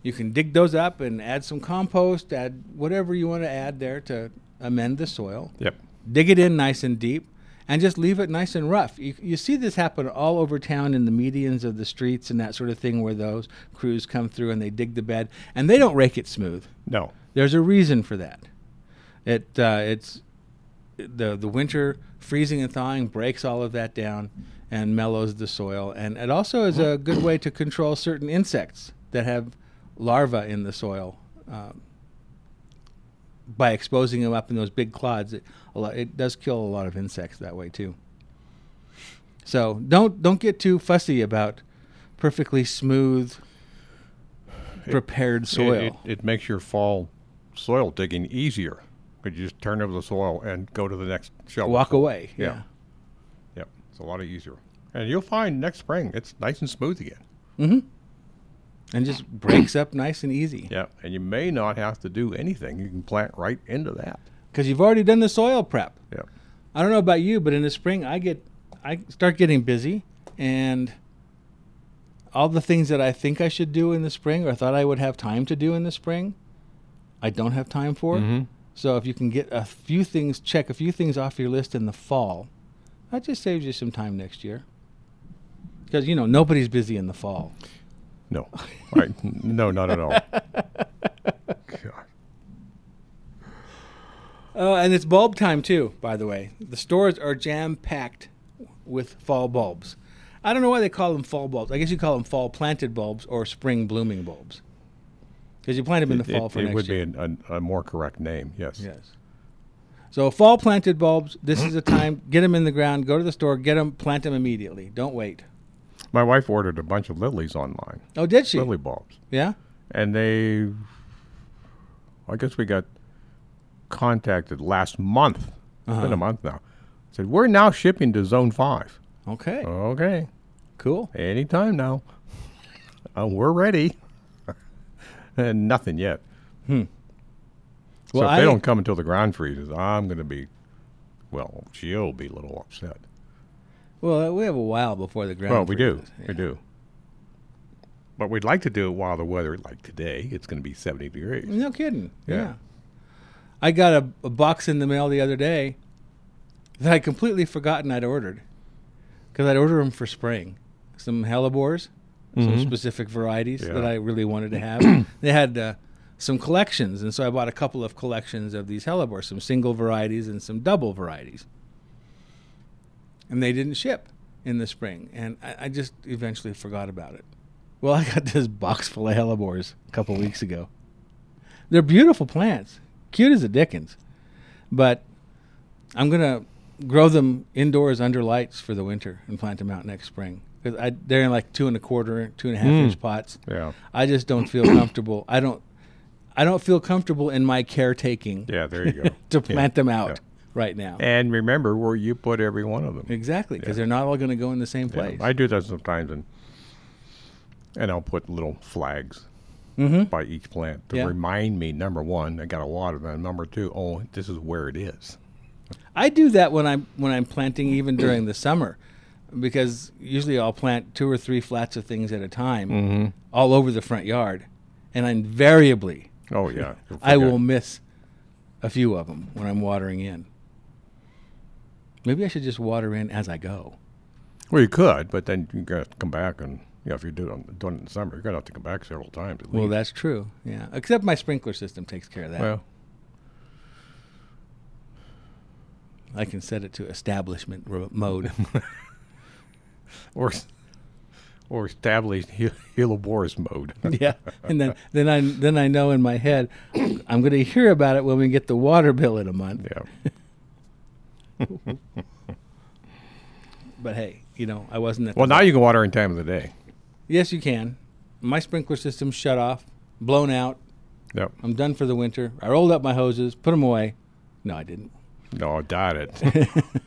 Speaker 5: you can dig those up and add some compost, add whatever you want to add there to amend the soil.
Speaker 4: Yep.
Speaker 5: Dig it in nice and deep and just leave it nice and rough. You, you see this happen all over town in the medians of the streets and that sort of thing where those crews come through and they dig the bed and they don't rake it smooth.
Speaker 4: No.
Speaker 5: There's a reason for that. It uh, it's the the winter freezing and thawing breaks all of that down and mellows the soil, and it also is a good way to control certain insects that have larvae in the soil. Um, by exposing them up in those big clods, it, a lot, it does kill a lot of insects that way too. So don't don't get too fussy about perfectly smooth prepared
Speaker 4: It-
Speaker 5: soil.
Speaker 4: It, it makes your fall soil digging easier. Could you just turn over the soil and go to the next shovel?
Speaker 5: walk away.
Speaker 4: Yeah.
Speaker 5: Yeah.
Speaker 4: Yep, it's a lot easier. And you'll find next spring it's nice and smooth again.
Speaker 5: Mm-hmm. And just breaks up nice and easy.
Speaker 4: Yeah, and you may not have to do anything. You can plant right into that.
Speaker 5: Because you've already done the soil prep.
Speaker 4: Yep.
Speaker 5: I don't know about you, but in the spring I get I start getting busy and all the things that I think I should do in the spring or thought I would have time to do in the spring, I don't have time for. So if you can get a few things check a few things off your list in the fall, that just saves you some time next year. Because you know nobody's busy in the fall.
Speaker 4: No. All right. No, not at all.
Speaker 5: Uh, and it's bulb time too, by the way. The stores are jam packed with fall bulbs. I don't know why they call them fall bulbs. I guess you call them fall planted bulbs or spring blooming bulbs, because you plant them in the
Speaker 4: It-
Speaker 5: fall
Speaker 4: it,
Speaker 5: for
Speaker 4: it
Speaker 5: next
Speaker 4: would
Speaker 5: year.
Speaker 4: be an, a, a more correct name. Yes.
Speaker 5: Yes. So fall planted bulbs. This is the time. Get them in the ground. Go to the store. Get them. Plant them immediately. Don't wait.
Speaker 4: My wife ordered a bunch of lilies online,
Speaker 5: Oh, did she?
Speaker 4: lily bulbs,
Speaker 5: Yeah.
Speaker 4: and they. I guess we got contacted last month. It's
Speaker 5: Uh-huh.
Speaker 4: been a month now. Said we're now shipping to Zone Five.
Speaker 5: Okay.
Speaker 4: Okay,
Speaker 5: Cool.
Speaker 4: anytime now. Uh, we're ready. and nothing yet. So
Speaker 5: Hmm. Well,
Speaker 4: if
Speaker 5: I-
Speaker 4: they don't come until the ground freezes, I'm going to be, well, she'll be a little upset.
Speaker 5: Well, we have a while before the ground.
Speaker 4: Well, we do.
Speaker 5: freezes.
Speaker 4: We do. But we'd like to do it while the weather, like today, it's going to be 70 degrees.
Speaker 5: No kidding. Yeah.
Speaker 4: Yeah.
Speaker 5: I got a, a box in the mail the other day that I completely forgotten I'd ordered because I'd ordered them for spring. Some hellebores, some specific varieties that
Speaker 4: Mm-hmm. Yeah.
Speaker 5: I really wanted to have. they had uh, some collections, and so I bought a couple of collections of these hellebores, some single varieties and some double varieties. And they didn't ship in the spring, and I, I just eventually forgot about it. Well, I got this box full of hellebores a couple weeks ago. They're beautiful plants, cute as a dickens. But I'm gonna grow them indoors under lights for the winter and plant them out next spring because they're in like two and a quarter, two and a half inch pots.
Speaker 4: Yeah.
Speaker 5: I just don't feel comfortable. I don't, I don't feel comfortable in my caretaking
Speaker 4: Yeah, there you go.
Speaker 5: to plant them out
Speaker 4: yeah.
Speaker 5: right now.
Speaker 4: and remember where you put every one of them.
Speaker 5: Exactly, because they're not all going to go in the same
Speaker 4: Yeah,
Speaker 5: place.
Speaker 4: I do that sometimes, and and I'll put little flags by each plant to
Speaker 5: Mm-hmm. Yeah.
Speaker 4: remind me number one, I got to water them. Number two, oh, this is where it is.
Speaker 5: I do that when I'm when I'm planting even during the summer, because usually I'll plant two or three flats of things at a time,
Speaker 4: Mm-hmm.
Speaker 5: all over the front yard, and invariably
Speaker 4: Oh yeah, you'll
Speaker 5: I will
Speaker 4: forget.
Speaker 5: miss a few of them when I'm watering in. Maybe I should just water in as I go.
Speaker 4: Well, you could, but then you got to come back and yeah, if you do it doing it in the summer, you're gonna have to come back several times. At
Speaker 5: Well,
Speaker 4: least.
Speaker 5: that's true. Yeah, except my sprinkler system takes care of that.
Speaker 4: well,
Speaker 5: I can set it to establishment ro- mode.
Speaker 4: or s- or established he- helibores mode.
Speaker 5: yeah, and then then I then I know in my head I'm going to hear about it when we get the water bill in a month.
Speaker 4: yeah,
Speaker 5: But hey, you know I wasn't. At the
Speaker 4: well now
Speaker 5: bar.
Speaker 4: you can water in time of the day.
Speaker 5: Yes, you can. My sprinkler system's shut off, blown out.
Speaker 4: Yep.
Speaker 5: I'm done for the winter. I rolled up my hoses, put them away. No, I didn't.
Speaker 4: No, I doubt it.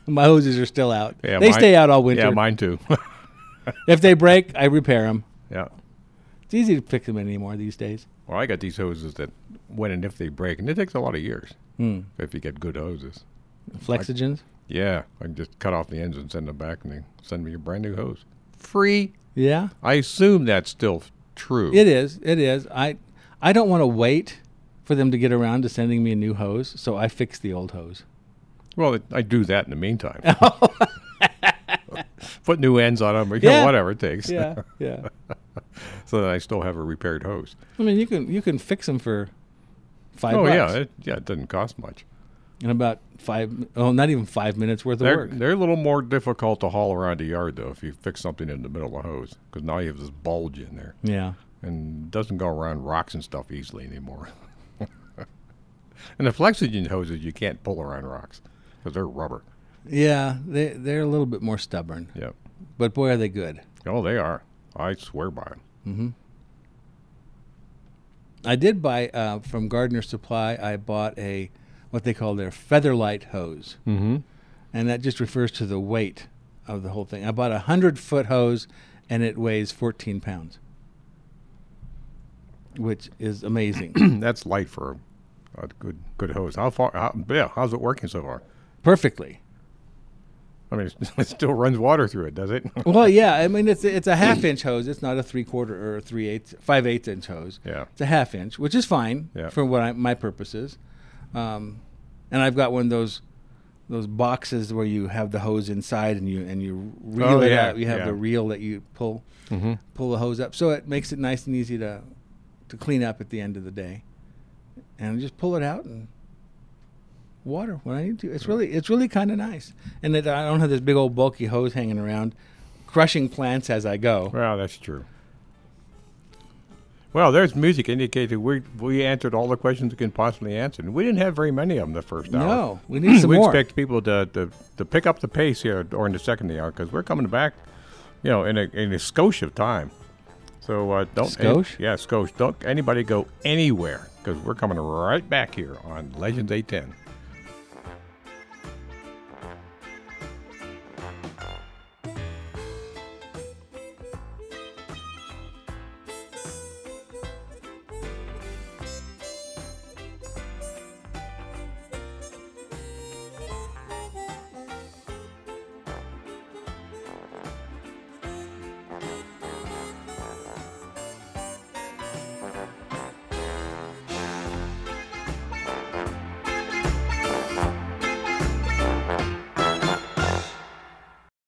Speaker 5: My hoses are still out.
Speaker 4: Yeah,
Speaker 5: they
Speaker 4: mine-
Speaker 5: stay out all winter.
Speaker 4: yeah, mine too.
Speaker 5: If they break, I repair them.
Speaker 4: yeah.
Speaker 5: It's easy to pick them anymore these days.
Speaker 4: Well, I got these hoses that when and if they break, and it takes a lot of years
Speaker 5: Hmm.
Speaker 4: if you get good hoses.
Speaker 5: Flexigens.
Speaker 4: Yeah, I can just cut off the ends and send them back, and they send me a brand new hose. Free.
Speaker 5: Yeah,
Speaker 4: I assume that's still f- true.
Speaker 5: it is. It is. I, I don't want to wait for them to get around to sending me a new hose, so I fix the old hose. Oh.
Speaker 4: Well, it, I do that in the meantime. Put new ends on them, or you know,
Speaker 5: Yeah.
Speaker 4: whatever it takes.
Speaker 5: Yeah, yeah.
Speaker 4: so that I still have a repaired hose.
Speaker 5: I mean, you can you can fix them for five.
Speaker 4: oh
Speaker 5: bucks
Speaker 4: yeah, it, yeah. It doesn't cost much.
Speaker 5: in about five. Oh, not even five minutes worth of
Speaker 4: They're
Speaker 5: work.
Speaker 4: they're a little more difficult to haul around the yard though if you fix something in the middle of the hose because now you have this bulge in there.
Speaker 5: Yeah.
Speaker 4: and doesn't go around rocks and stuff easily anymore. and the Flexigen hoses you can't pull around rocks because they're rubber.
Speaker 5: Yeah, they they're a little bit more stubborn,
Speaker 4: Yep.
Speaker 5: but boy are they good.
Speaker 4: Oh, they are. I swear by them.
Speaker 2: Mm-hmm.
Speaker 5: I did buy uh, from Gardner Supply. I bought a what they call their featherlight hose, mm-hmm. and that just refers to the weight of the whole thing. I bought a hundred foot hose, and it weighs fourteen pounds, which is amazing.
Speaker 4: That's light for a, a good good hose. How far? How, yeah, how's it working so far?
Speaker 5: Perfectly.
Speaker 4: I mean, it still runs water through it, does it?
Speaker 5: Well, yeah. I mean, it's it's a half inch hose. It's not a three quarter or three eighths, five eighths inch hose.
Speaker 4: Yeah.
Speaker 5: it's a half inch, which is fine
Speaker 4: Yeah.
Speaker 5: for what I, my purposes. Um, and I've got one of those those boxes where you have the hose inside and you and you reel
Speaker 4: Oh,
Speaker 5: it
Speaker 4: yeah,
Speaker 5: out. You have
Speaker 4: yeah.
Speaker 5: the reel that you pull pull the hose up, so it makes it nice and easy to to clean up at the end of the day. And just pull it out and water when I need to. It's really it's really kind of nice, and it, I don't have this big old bulky hose hanging around, crushing plants as I go.
Speaker 4: Well, that's true. Well, there's music indicated we we answered all the questions we can possibly answer, and we didn't have very many of them the first hour.
Speaker 5: No, we need some
Speaker 4: we
Speaker 5: more.
Speaker 4: expect people to, to to pick up the pace here during the second hour because we're coming back, you know, in a in a skosh of time. So uh, don't
Speaker 5: Skosh?
Speaker 4: yeah, skosh. Don't anybody go anywhere because we're coming right back here on Legends Eight Ten.